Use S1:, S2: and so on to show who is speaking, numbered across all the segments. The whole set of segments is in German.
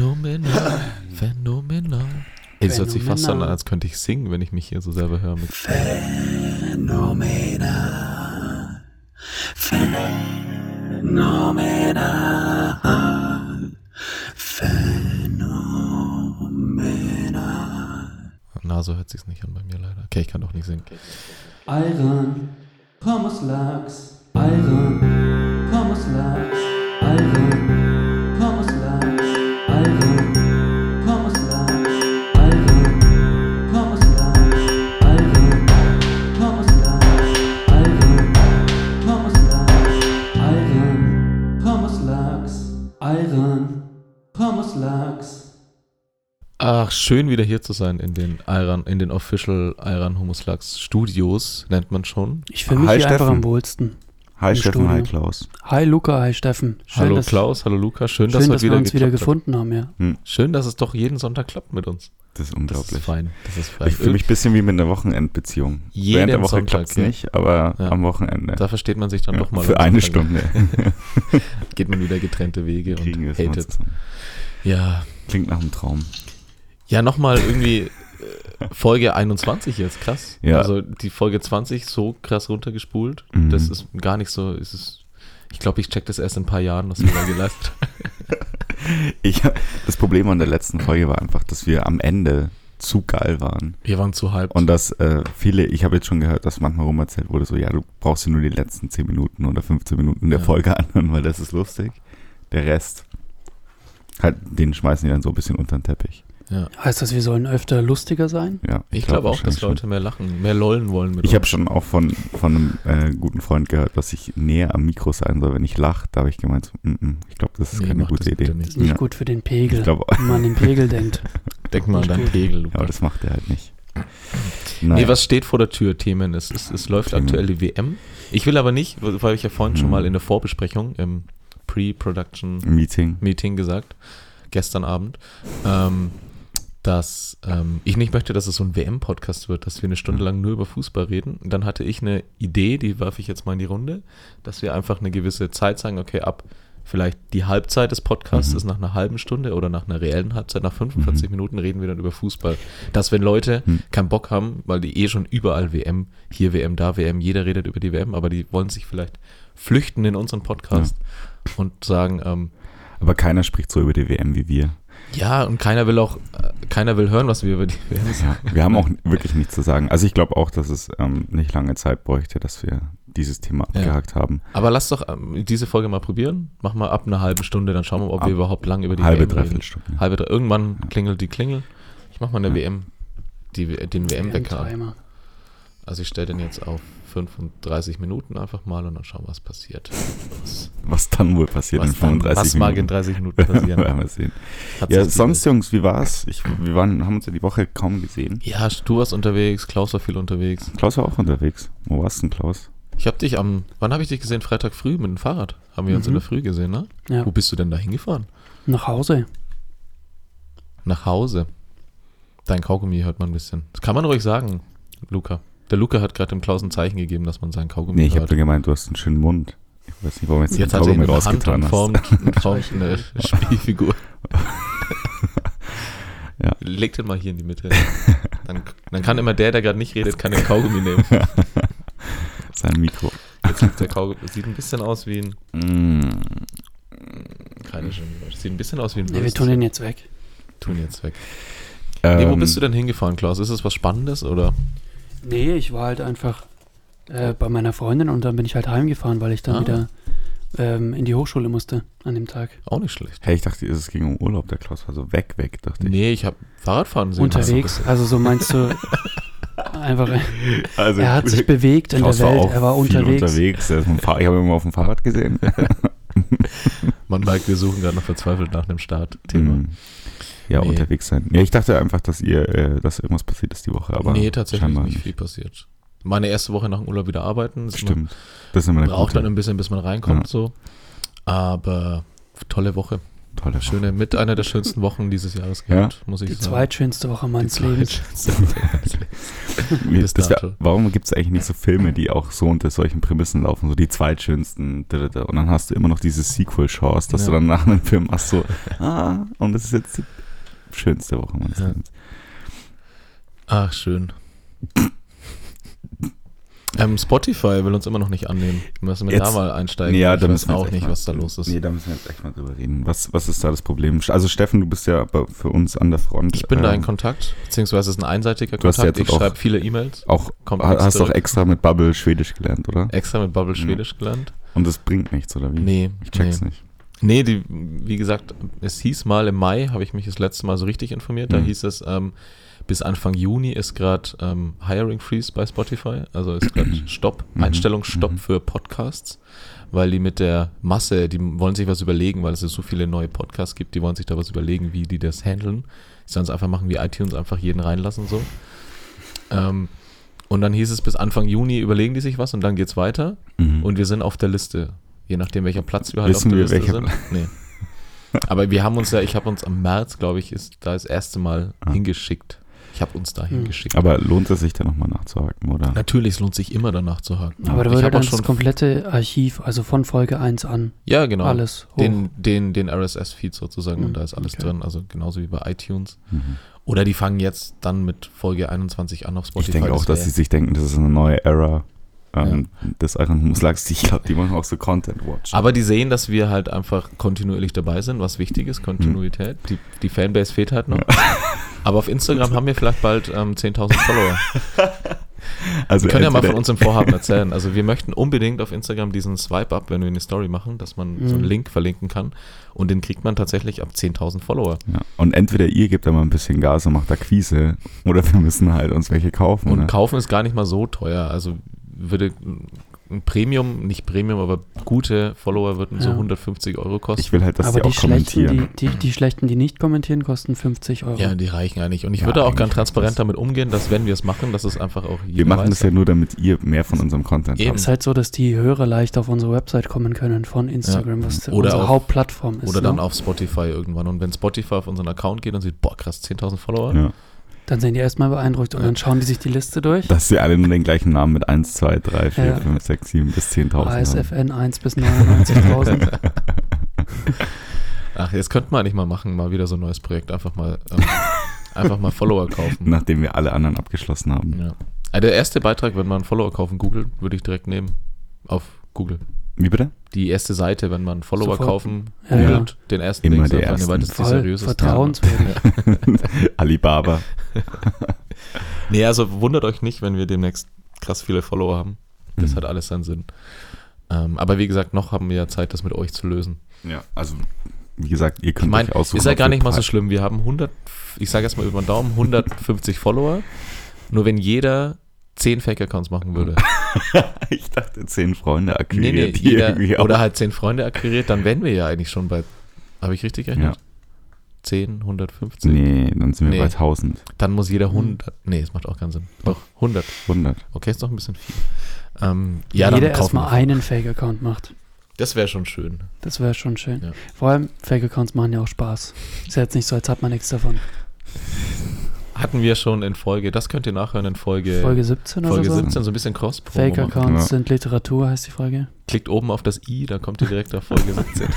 S1: Phänomenal, phänomenal. Ey, das hört sich fast so an, als könnte ich singen, wenn ich mich hier so selber höre. Mit
S2: Phänomenal. Phänomenal. Phänomenal.
S1: Na, so hört sich's nicht an bei mir leider. Okay, ich kann doch nicht singen.
S3: Ayran, Pommes Lachs. Ayran, Pommes Lachs. Ayran, Pommes Lachs. Ayran, Pommes Lachs. Ayran, Pommes Lachs. Ayran, Pommes Lachs. Ayran, Pommes Lachs. Ayran, Pommes Lachs. Ayran, Pommes Lachs.
S1: Ach, schön wieder hier zu sein in den Iran, in den Official Iran Humuslachs Studios, nennt man schon.
S4: Ich fühle mich
S5: Hi,
S4: hier einfach
S5: Steffen.
S4: am wohlsten.
S5: Hi
S4: Im
S5: Steffen, hi
S4: Studio.
S5: Klaus.
S4: Hi Luca, hi Steffen. Schön,
S1: hallo
S4: dass,
S1: Klaus, hallo Luca, schön, dass,
S4: schön,
S1: heute
S4: dass wir
S1: wieder
S4: uns wieder
S1: geklappt
S4: gefunden haben, ja.
S1: Hat. Schön, dass es doch jeden Sonntag klappt mit uns.
S5: Das
S1: Das
S5: ist
S1: ist
S5: unglaublich.
S1: fein, das ist fein.
S5: ich fühle mich ein bisschen wie mit einer Wochenendbeziehung.
S1: Jeden
S5: Während der Woche
S1: Sonntag,
S5: klappt es
S1: ja.
S5: nicht, aber
S1: Ja.
S5: am Wochenende.
S1: da versteht man sich dann
S5: Ja,
S1: doch mal.
S5: für
S1: Und
S5: eine
S1: dann
S5: Stunde
S1: Geht man wieder getrennte Wege
S5: kriegen wir
S1: und
S5: es mal
S1: hatet.
S5: zusammen.
S1: Ja,
S5: Klingt nach einem Traum.
S1: ja nochmal irgendwie äh, Folge 21 jetzt, krass.
S5: Ja.
S1: Also die Folge 20 so krass runtergespult.
S5: Mhm.
S1: Das ist gar nicht so, es ist, ich glaube, ich check das erst in ein paar Jahren, was wir da geleistet haben.
S5: Ich, das Problem an der letzten Folge war einfach, dass wir am Ende zu geil waren.
S1: Wir waren zu halb.
S5: Und dass äh, viele, ich habe jetzt schon gehört, dass manchmal rum erzählt wurde, so, ja, du brauchst dir nur die letzten 10 Minuten oder 15 Minuten der
S1: Ja.
S5: Folge anhören, weil das ist lustig. Der Rest, halt, den schmeißen die dann so ein bisschen unter den Teppich.
S4: Heißt das, wir sollen öfter lustiger sein?
S5: Ja,
S1: ich glaube auch, dass
S5: wahrscheinlich schon.
S1: Leute mehr lachen, mehr lollen wollen mit
S5: Ich habe
S1: uns.
S5: schon auch von, von einem äh, guten Freund gehört, dass ich näher am Mikro sein soll, wenn ich lache. Da habe ich gemeint, so, mm -mm, ich glaube, das ist
S1: Nee,
S5: keine
S1: mach
S5: gute
S1: das bitte
S5: Idee.
S1: nicht.
S4: Ist nicht
S5: Ja.
S4: gut für den Pegel,
S5: Ich glaube,
S4: wenn man an den Pegel denkt.
S1: Denk mal an deinen Pegel, Luca.
S5: aber das macht er halt nicht.
S1: Nee,
S5: Naja.
S1: was steht vor der Tür? Themen. Es, es, es läuft
S5: Themen.
S1: aktuell die WM. Ich will aber nicht, weil ich ja vorhin schon
S5: Mhm.
S1: mal in der Vorbesprechung im Pre-Production
S5: Meeting.
S1: Meeting gesagt, gestern Abend, ähm, dass ähm, ich nicht möchte, dass es so ein WM-Podcast wird, dass wir eine
S5: Hm.
S1: Stunde lang nur über Fußball reden. Und dann hatte ich eine Idee, die werfe ich jetzt mal in die Runde, dass wir einfach eine gewisse Zeit sagen, okay, ab vielleicht die Halbzeit des Podcasts
S5: Mhm.
S1: ist nach einer halben Stunde oder nach einer reellen Halbzeit, nach 45 Minuten reden wir dann über Fußball. Dass wenn Leute
S5: Mhm.
S1: keinen Bock haben, weil die eh schon überall WM, hier WM, da WM, jeder redet über die WM, aber die wollen sich vielleicht flüchten in unseren Podcast und sagen, ähm,
S5: Aber keiner spricht so über die WM wie wir.
S1: ja, und keiner will auch, äh, keiner will hören, was wir über die WM sagen.
S5: Ja, wir haben auch wirklich nichts zu sagen. Also ich glaube auch, dass es ähm, nicht lange Zeit bräuchte, dass wir dieses Thema
S1: Ja.
S5: abgehakt haben.
S1: Aber lass doch ähm, diese Folge mal probieren. Mach mal ab einer halben Stunde, dann schauen wir, ob
S5: Ab-
S1: wir überhaupt lang über die
S5: Halbe,
S1: WM reden.
S5: Dreiviertelstunde.
S1: Halbe, drei. Irgendwann klingelt die Klingel. Ich mach mal eine
S5: Ja.
S1: WM, die, den WM-Wecker an.
S4: Timer.
S1: Also ich stelle den jetzt auf 35 Minuten einfach mal und dann schauen wir, was passiert. Was,
S5: Was dann wohl passiert in
S1: was, dann,
S5: 35
S1: was mag in
S5: Minuten?
S1: 30 Minuten passieren?
S5: Werden wir sehen.
S1: Hat
S5: Ja,
S1: sich die-
S5: sonst, Jungs, wie war's? Ich, wir waren, haben uns ja die Woche kaum gesehen.
S1: Ja, du warst unterwegs, Klaus war viel unterwegs.
S5: Klaus war auch unterwegs. Wo warst du denn, Klaus?
S1: Ich habe dich am, wann habe ich dich gesehen? Freitag früh mit dem Fahrrad. Haben wir uns in
S4: Mhm.
S1: der Früh gesehen, ne?
S4: Ja.
S1: Wo bist du denn da hingefahren?
S4: Nach Hause.
S1: Nach Hause. Dein Kaugummi hört man ein bisschen. Das kann man ruhig sagen, Luca. Der Luca hat gerade dem Klaus ein Zeichen gegeben, dass man seinen Kaugummi
S5: Nee, ich habe
S1: hört.
S5: dir gemeint, du hast einen schönen Mund. Ich weiß nicht, warum
S1: Jetzt
S5: jetzt, den
S1: hat er
S5: Kaugummi
S1: ihn in der Hand
S5: rausgetan
S1: und
S5: hast.
S1: formt, und formt eine Spielfigur.
S5: Ja.
S1: Leg den mal hier in die Mitte. Dann, dann kann immer der, der gerade nicht redet, kann den Kaugummi nehmen.
S5: Sein Mikro.
S1: Jetzt liegt der Kaugummi. Sieht ein bisschen aus wie ein.
S5: Mm,
S1: Keine Schimmel. Sieht ein bisschen aus wie ein.
S4: Nee, wir
S1: Würst.
S4: tun den jetzt weg.
S1: Tun jetzt weg. Nee,
S5: ähm,
S1: wo bist du denn hingefahren, Klaus? Ist es was Spannendes oder?
S4: Nee, ich war halt einfach äh, bei meiner Freundin und dann bin ich halt heimgefahren, weil ich dann
S1: Ah.
S4: wieder ähm, in die Hochschule musste an dem Tag.
S1: Auch nicht schlecht.
S5: Hey, ich dachte, es ging um Urlaub. Der Klaus war so weg, weg, dachte ich.
S1: Nee, ich habe Fahrradfahren sehen.
S4: Unterwegs, also so meinst du einfach,
S5: Also,
S4: er hat sich bewegt in der
S5: Klaus
S4: Welt, er war
S5: viel
S4: unterwegs.
S5: unterwegs. Er ist mit dem Fahrrad- Ich habe ihn immer auf dem Fahrrad gesehen.
S1: Man merkt, wir suchen gerade noch verzweifelt nach einem Startthema.
S5: Mm. Ja,
S1: Nee.
S5: unterwegs sein. Ja, ich dachte einfach, dass ihr, äh, dass irgendwas passiert ist die Woche, aber
S1: nee, tatsächlich
S5: scheinbar
S1: nicht viel passiert. Meine erste Woche nach dem Urlaub wieder arbeiten. Das man
S5: Stimmt. Das ist immer eine
S1: braucht
S5: gute.
S1: dann ein bisschen, bis man reinkommt,
S5: Ja.
S1: so. Aber tolle Woche.
S5: Tolle Woche.
S1: Schöne, mit einer der schönsten Wochen dieses Jahres gehabt, muss ich
S4: Die
S1: sagen.
S4: zweitschönste Woche meines
S1: zweite
S4: Lebens.
S1: schönste Woche meines Lebens.
S5: Mir-
S1: Bis
S5: das
S1: dato.
S5: wär, warum gibt es eigentlich nicht so Filme, die auch so unter solchen Prämissen laufen, so die zweitschönsten, da, da, da. und dann hast du immer noch diese Sequel-Chance, dass
S1: Ja.
S5: du dann nach einem Film hast, so, ah, und das ist jetzt die schönste Woche meines
S1: Ja.
S5: Lebens.
S1: Ach, schön. Ähm, Spotify will uns immer noch nicht annehmen. Müssen wir da
S5: Jetzt-
S1: mal einsteigen.
S5: Ja,
S1: ich
S5: da
S1: weiß
S5: müssen wir jetzt
S1: auch
S5: echt
S1: nicht,
S5: mal-
S1: was da los ist.
S5: Nee, da müssen wir jetzt echt mal drüber reden. Was, was ist da das Problem? Also Steffen, du bist ja aber für uns an der Front.
S1: Ich bin da in
S5: ähm,
S1: Kontakt, beziehungsweise es ist ein einseitiger
S5: Du hast ja
S1: Kontakt. Ich
S5: jetzt auch-
S1: schreibe viele E-Mails.
S5: auch,
S1: Kommt
S5: ha-
S1: nichts
S5: hast auch
S1: zurück.
S5: extra mit Bubble Schwedisch gelernt, oder?
S1: Extra mit Bubble
S5: Mhm.
S1: Schwedisch gelernt.
S5: Und das bringt nichts, oder wie?
S1: Nee,
S5: Ich
S1: nee.
S5: check's nicht.
S1: Nee, die, wie gesagt, es hieß mal im Mai, habe ich mich das letzte Mal so richtig informiert, da
S5: Mhm.
S1: hieß es, ähm, bis Anfang Juni ist gerade ähm, Hiring Freeze bei Spotify, also ist gerade Stopp,
S5: Mhm.
S1: Einstellungsstopp
S5: Mhm.
S1: für Podcasts, weil die mit der Masse, die wollen sich was überlegen, weil es ja so viele neue Podcasts gibt, die wollen sich da was überlegen, wie die das handeln. Die sollen es einfach machen wie iTunes, einfach jeden reinlassen so. Ähm, und dann hieß es, bis Anfang Juni überlegen die sich was und dann geht's weiter.
S5: Mhm.
S1: Und wir sind auf der Liste. Je nachdem, welcher Platz wir halt
S5: Wissen
S1: auf der
S5: wir,
S1: Liste
S5: welcher
S1: sind. Nee. Aber wir haben uns ja, ich habe uns am März, glaube ich, ist da das erste Mal
S5: Ah.
S1: hingeschickt. Ich habe uns da
S4: Hm.
S1: hingeschickt.
S5: aber lohnt es sich da nochmal nachzuhaken, oder?
S1: Natürlich, es lohnt sich immer danach zu haken.
S4: Aber da
S1: ich
S4: würde
S1: habe auch
S4: dann das
S1: schon,
S4: komplette Archiv, also von Folge 1 an,
S1: ja genau,
S4: alles hoch.
S1: den, den, den RSS-Feed sozusagen und
S4: Mhm,
S1: da ist alles
S4: okay.
S1: drin, also genauso wie bei iTunes.
S5: Mhm.
S1: Oder die fangen jetzt dann mit Folge 21 an auf
S5: Ich
S1: Spotify.
S5: denke auch, dass
S1: wär-
S5: sie sich denken, das ist eine neue Era ähm, des Iron-Muslags. Ich glaube, die machen auch so Content-Watch.
S1: aber die sehen, dass wir halt einfach kontinuierlich dabei sind, was wichtig ist, Kontinuität. Die, die Fanbase fehlt halt noch. Aber auf Instagram haben wir vielleicht bald ähm, 10.000 Follower.
S5: Also
S1: Wir können ja mal
S5: entweder-
S1: von unserem Vorhaben erzählen. Also wir möchten unbedingt auf Instagram diesen Swipe-Up, wenn wir eine Story machen, dass man so einen
S4: Mhm.
S1: Link verlinken kann. Und den kriegt man tatsächlich ab 10.000 Follower.
S5: Ja. Und entweder ihr gebt da mal ein bisschen Gas und macht da Quise, oder wir müssen halt uns welche kaufen.
S1: Und
S5: ne?
S1: kaufen ist gar nicht mal so teuer. Also würde ein Premium, nicht Premium, aber gute Follower würden so
S4: Ja.
S1: 150 Euro kosten.
S5: ich will halt, dass
S4: Aber
S5: die
S4: die,
S5: auch
S4: schlechten,
S5: kommentieren.
S4: die, die, die schlechten, die nicht kommentieren, kosten 50 Euro.
S1: ja, die reichen eigentlich. Und ich
S5: Mhm. Ja,
S1: würde auch gern
S5: eigentlich
S1: transparent
S5: das-
S1: damit umgehen, dass wenn wir es machen, dass es einfach auch
S5: wir machen das ja nur, damit ihr mehr von unserem Content
S1: Eben.
S5: habt.
S4: ist halt so, dass die Hörer leicht auf unsere Website kommen können von Instagram, was
S1: Oder
S4: unsere
S1: auf-
S4: Hauptplattform ist.
S1: Oder dann
S4: ne?
S1: auf Spotify irgendwann. Und wenn Spotify auf unseren Account geht und sieht, boah krass, 10.000 Follower,
S5: Ja.
S4: Dann sind die erstmal beeindruckt und
S1: Ja.
S4: dann schauen die sich die Liste durch.
S5: Dass sie alle nur den gleichen Namen mit 1, 2, 3, 4,
S4: Ja. Ah,
S5: 5, 6, 7 bis 10.000 haben.
S4: ASFN 1 bis 99.000.
S1: Ach, jetzt könnten wir eigentlich mal machen, mal wieder so ein neues Projekt. Einfach mal, ähm, einfach mal Follower kaufen.
S5: Nachdem wir alle anderen abgeschlossen haben.
S1: Ja. Also der erste Beitrag, wenn man Follower kaufen googelt, würde ich direkt nehmen. Auf Google.
S5: Wie bitte?
S1: Die erste Seite, wenn man Follower
S4: Sofort.
S1: kaufen
S4: Ja,
S1: googelt, den ersten
S5: Immer
S1: sagt
S5: der
S1: man, nee, weil
S5: ersten.
S1: das ist die
S4: Voll
S1: seriöseste.
S4: vertrauenswürdig.
S5: Alibaba.
S1: Nee, also wundert euch nicht, wenn wir demnächst krass viele Follower haben.
S5: Mhm.
S1: Das hat alles seinen Sinn. Ähm, aber wie gesagt, noch haben wir ja Zeit, das mit euch zu lösen.
S5: Ja, also wie gesagt, ihr könnt
S1: Ich meine,
S5: euch aussuchen.
S1: ist ja
S5: ob
S1: gar
S5: ihr
S1: nicht mal so
S5: Pre-
S1: schlimm. Wir haben 100, ich sage jetzt mal über den Daumen, 150 Follower. Nur wenn jeder 10 Fake-Accounts machen würde.
S5: Ich dachte, zehn Freunde
S1: nee,
S5: akquiriert
S1: nee,
S5: die irgendwie
S1: jeder,
S5: auch.
S1: oder halt 10 Freunde akquiriert, dann wären wir ja eigentlich schon bei, habe ich richtig gerechnet?
S5: ja.
S1: 10, 150?
S5: Nee, Mhm. dann sind wir
S1: Nee.
S5: bei 1000.
S1: Dann muss jeder 100, nee, es macht auch keinen Sinn. Doch, 100.
S5: 100.
S1: Okay, ist doch ein bisschen viel. Ähm, ja,
S4: Jeder
S1: dann kaufen
S4: erstmal
S1: wir.
S4: einen Fake-Account macht.
S1: Das wäre schon schön.
S4: Das wäre schon schön.
S1: Ja.
S4: Vor allem, Fake-Accounts machen ja auch Spaß. Ist ja jetzt nicht so, als hat man nichts davon.
S1: Hatten wir schon in Folge, das könnt ihr nachhören in Folge,
S4: Folge 17
S1: Folge
S4: oder so.
S1: 17, so ein bisschen cross
S4: Fake-Accounts
S5: Ja.
S4: sind Literatur, heißt die Folge.
S1: Klickt oben auf das i, da kommt ihr direkt auf Folge 17.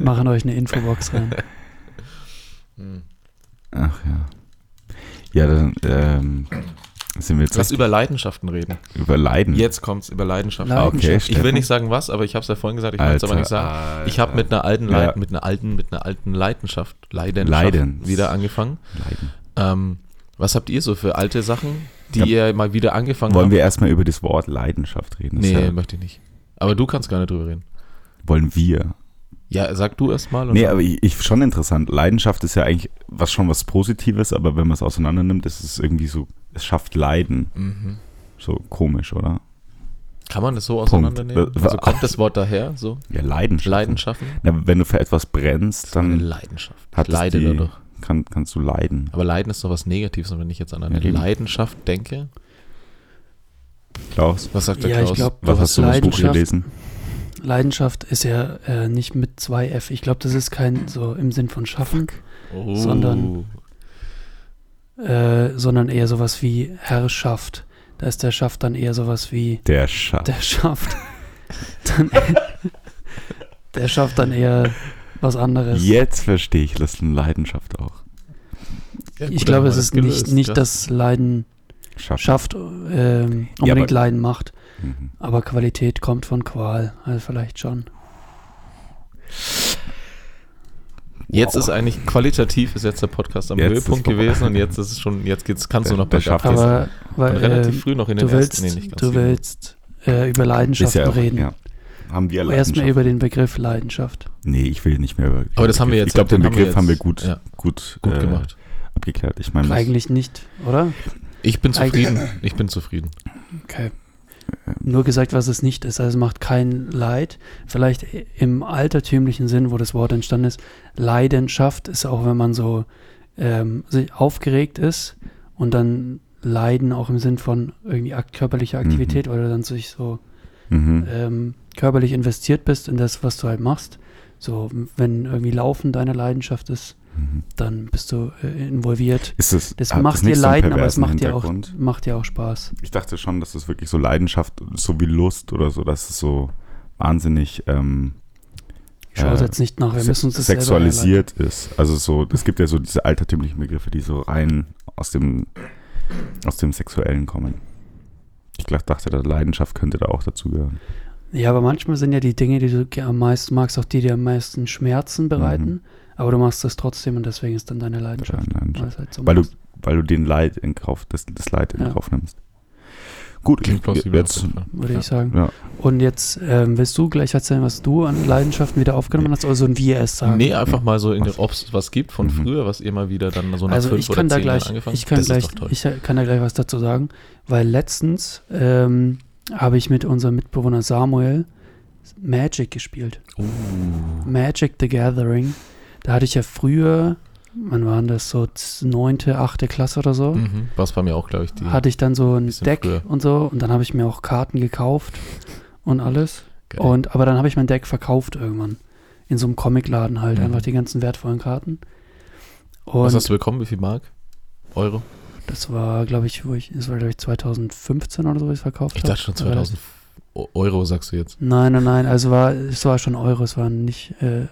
S4: Machen euch eine Infobox rein.
S1: Hm.
S5: Ach ja. Ja, dann ähm, sind wir jetzt
S1: Lass
S5: richtig Hm.
S1: über Leidenschaften reden.
S5: über Leiden.
S1: Jetzt kommt's über Leidenschaften.
S4: Leid-
S5: Ah, okay,
S4: Leidenschaft.
S1: Ich will
S5: Steffen.
S1: nicht sagen was, aber ich habe es ja vorhin gesagt, ich will es aber nicht sagen.
S5: Alter,
S1: Ich habe mit einer alten Leid
S5: Ja.
S1: mit einer alten, mit einer alten Leidenschaft, Leidenschaft
S5: Leidens.
S1: wieder angefangen.
S5: Leiden.
S1: Ähm, was habt ihr so für alte Sachen, die
S5: Ja.
S1: ihr mal wieder angefangen
S5: Wollen
S1: habt?
S5: wir erstmal über das Wort Leidenschaft reden? Das
S1: nee,
S5: ist ja,
S1: möchte ich nicht. Aber du kannst gar nicht drüber reden.
S5: wollen wir.
S1: Ja, sag du erst mal. und
S5: Nee,
S1: dann-
S5: aber ich, ich schon interessant. Leidenschaft ist ja eigentlich was schon was Positives, aber wenn man es auseinander nimmt, ist es irgendwie so, es schafft Leiden.
S1: mhm.
S5: So komisch, oder?
S1: Kann man das so auseinandernehmen?
S5: Das war-
S1: Also kommt das Wort daher? So
S5: Ja, Leidenschaft.
S1: Leidenschaften?
S5: Na, wenn du für etwas brennst,
S1: Eine
S5: dann
S1: Leidenschaft. Ich
S5: Hm. hat es
S1: leide
S5: die-
S1: dadurch.
S5: kann, kannst du leiden.
S1: Aber Leiden ist doch was Negatives. Und wenn ich jetzt an eine
S5: Ja, eben.
S1: Leidenschaft denke,
S5: Klaus,
S1: was sagt der
S4: Ja,
S1: Klaus?
S4: ich glaube,
S5: was hast du im Buch gelesen?
S4: Leidenschaft ist ja äh, nicht mit 2F. Ich glaube, das ist kein so im Sinn von Schaffen,
S1: Oh.
S4: Sondern- äh, sondern eher sowas wie Herrschaft. Da ist der Schaft dann eher sowas wie
S5: Der Schaft.
S4: der Schaft. Dann, der Schaft dann eher was anderes.
S5: Jetzt verstehe ich Listen Leidenschaft auch.
S1: Ja, gut,
S4: Ich glaube,
S1: dann haben
S4: es
S1: wir
S4: ist
S1: Genau, das
S4: nicht,
S1: gelöst,
S4: nicht
S1: ja.
S4: dass Leiden
S5: Schaft.
S4: schafft, ähm,
S5: Ja,
S4: unbedingt
S5: aber-
S4: Leiden macht,
S5: Mhm.
S4: aber Qualität kommt von Qual, also vielleicht schon.
S1: Jetzt ist eigentlich qualitativ ist jetzt der Podcast am
S5: Jetzt ist
S1: Höhepunkt
S5: vorbei.
S1: gewesen und jetzt ist es schon, jetzt geht's, kannst du
S5: Der-
S1: noch
S5: der
S1: bergab
S5: schafft
S1: gehen.
S4: Aber weil,
S1: Und
S4: äh,
S1: relativ früh noch in den
S4: du willst,
S1: ersten, nee, nicht ganz
S4: du
S1: früh.
S4: willst äh, über
S5: Ist
S4: Leidenschaften
S5: ja auch,
S4: reden. Oh,
S5: ja. Haben wir
S4: Aber Erstmal
S5: Leidenschaft.
S4: über den Begriff Leidenschaft.
S5: Nee, ich will nicht mehr über.
S1: Aber das haben wir jetzt.
S5: Ich glaube, den
S1: wir
S5: Begriff
S1: jetzt-
S5: haben wir gut,
S1: Ja,
S5: gut,
S1: gut
S5: äh,
S1: gemacht.
S5: abgeklärt. Ich meine, das-
S4: Eigentlich nicht, oder?
S1: Ich bin
S4: eigentlich-
S1: zufrieden. Ich bin zufrieden.
S4: Okay. Nur gesagt, was es nicht ist. Also es macht kein Leid. Vielleicht im altertümlichen Sinn, wo das Wort entstanden ist, Leidenschaft ist auch, wenn man so ähm, sich aufgeregt ist und dann Leiden auch im Sinn von irgendwie ak körperlicher Aktivität, weil du dann sich so
S5: mhm.
S4: ähm, körperlich investiert bist in das, was du halt machst. So, wenn irgendwie Laufen deine Leidenschaft ist,
S5: Mhm.
S4: dann bist du äh, involviert.
S5: Ist es,
S4: Das
S5: hat es
S4: macht dir
S5: nicht so einen
S4: Leiden, aber es
S5: perversen
S4: macht dir, auch,
S5: Hintergrund?
S4: macht dir auch Spaß.
S5: Ich dachte schon, dass es wirklich so Leidenschaft, so wie Lust oder so, dass es so wahnsinnig ähm,
S4: Ich schaue
S5: Äh,
S4: jetzt nicht nach, wir
S5: se-
S4: müssen uns das selber
S5: sexualisiert ist. Also so, es gibt ja so diese altertümlichen Begriffe, die so rein aus dem, aus dem Sexuellen kommen. Ich glaub- dachte, da Leidenschaft könnte da auch dazugehören.
S4: herleiten. Ja, aber manchmal sind ja die Dinge, die du ge- am meisten magst, auch die, die am meisten
S5: Mhm.
S4: Schmerzen bereiten. Aber du machst das trotzdem und deswegen ist dann deine Leidenschaft. Weil,
S5: Leidenschaft.
S4: es halt so
S5: Weil du,
S4: machst.
S5: weil du den Leid in Kauf, das, das Leid in
S4: Ja.
S5: Kauf nimmst. Gut,
S1: Klingt plausibel. auf
S5: jetzt,
S1: jeden Fall.
S4: würde
S1: Ja.
S4: ich sagen.
S5: ja.
S4: Und jetzt ähm, willst du gleich erzählen, was du an Leidenschaften wieder aufgenommen hast, oder so ein Wie es sagen?
S1: Nee, einfach mal so, ob es was gibt von
S5: Mhm.
S1: früher, was ihr mal wieder dann so nach
S4: also
S1: fünf
S4: ich kann
S1: oder
S4: da
S1: zehn Jahren
S4: gleich,
S1: angefangen
S4: ich kann
S1: das
S4: gleich,
S1: ist doch toll.
S4: ich kann da gleich was dazu sagen, weil letztens ähm, habe ich mit unserem Mitbewohner Samuel Magic gespielt.
S1: Uh.
S4: Magic the Gathering. Da hatte ich ja früher, wann waren das so z- neunte, achte Klasse oder so, Mhm.
S1: mhm. Was bei mir auch, glaube ich, die.
S4: hatte ich dann so ein
S1: Bisschen
S4: Deck
S1: früher.
S4: und so und dann habe ich mir auch Karten gekauft und alles.
S1: Geil.
S4: Und aber dann habe ich mein Deck verkauft irgendwann in so einem Comicladen halt
S1: Mhm.
S4: einfach die ganzen wertvollen Karten.
S1: was
S4: Und
S1: hast du bekommen? Wie viel Mark? Euro?
S4: Das war, glaube ich, wo ich, das war, glaube ich, 2015 oder so, wo ich es verkauft habe.
S1: Ich dachte schon 2000 O- Euro, sagst du jetzt.
S4: Nein, nein, nein, also war, es war schon Euro, es waren nicht, äh,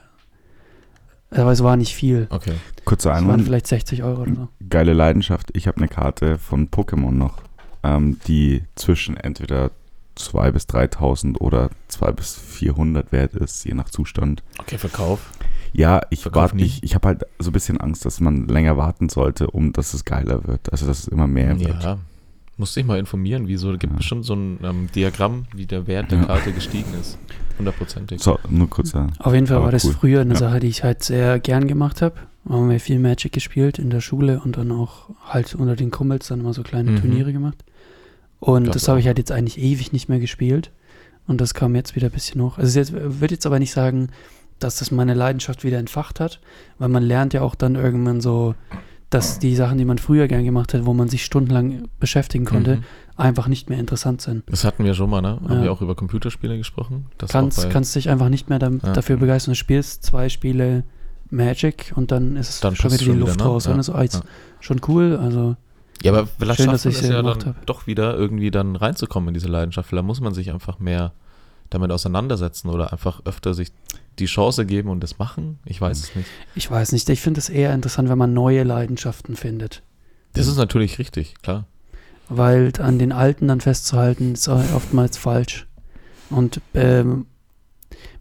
S4: aber es war nicht viel.
S1: Okay.
S5: kurzer
S4: Es waren
S5: Einwand.
S4: vielleicht 60 Euro oder so.
S5: Geile Leidenschaft. Ich habe eine Karte von Pokémon noch, ähm, die zwischen entweder 2.000 bis 3.000 oder 2.000 bis 400 wert ist, je nach Zustand.
S1: Okay, Verkauf.
S5: Ja, ich
S1: Verkauf
S5: warte
S1: nie.
S5: nicht. Ich habe halt so ein bisschen Angst, dass man länger warten sollte, um dass es geiler wird. Also, dass es immer mehr wird.
S1: Ja. Musste ich mal informieren, wieso. Gibt
S5: Ja.
S1: bestimmt so ein ähm, Diagramm, wie der Wert der
S5: Ja.
S1: Karte gestiegen ist. Hundertprozentig.
S5: So, nur kurzer.
S4: Auf jeden Fall
S5: Aber
S4: war das
S5: cool.
S4: früher eine
S5: Ja.
S4: Sache, die ich halt sehr gern gemacht habe. Da haben wir viel Magic gespielt in der Schule und dann auch halt unter den Kumpels dann mal so kleine
S1: Mhm.
S4: Turniere gemacht. Und
S1: Gab's
S4: das habe ich
S1: auch.
S4: halt jetzt eigentlich ewig nicht mehr gespielt. Und das kam jetzt wieder ein bisschen hoch. Also ich würde jetzt aber nicht sagen, dass das meine Leidenschaft wieder entfacht hat, weil man lernt ja auch dann irgendwann so, dass die Sachen, die man früher gern gemacht hat, wo man sich stundenlang beschäftigen konnte,
S1: Mhm.
S4: einfach nicht mehr interessant sind.
S1: Das hatten wir schon mal, ne? Haben
S4: Ja.
S1: wir auch über Computerspiele gesprochen? Das war
S4: kannst,
S1: bei-
S4: kannst dich einfach nicht mehr dam-
S1: Ja. Mhm.
S4: dafür begeistern. Du spielst zwei Spiele Magic und dann ist es
S1: Dann
S4: schon
S1: passt
S4: wieder die
S1: schon
S4: Luft
S1: wieder, ne?
S4: raus.
S1: Ja.
S4: Und ist so, ah, jetzt
S1: Ja.
S4: schon cool. Also
S1: Ja, aber vielleicht
S4: Schön,
S1: schafft
S4: dass
S1: man
S4: ich
S1: es
S4: sie
S1: ja dann
S4: gemacht hab.
S1: doch wieder irgendwie dann reinzukommen in diese Leidenschaft. Da muss man sich einfach mehr damit auseinandersetzen oder einfach öfter sich die Chance geben und das machen. Ich
S5: Mhm.
S1: weiß es nicht.
S4: ich weiß nicht. Ich finde es eher interessant, wenn man neue Leidenschaften findet.
S1: Das ist natürlich richtig, klar.
S4: Weil an den alten dann festzuhalten, ist auch oftmals falsch. Und ähm,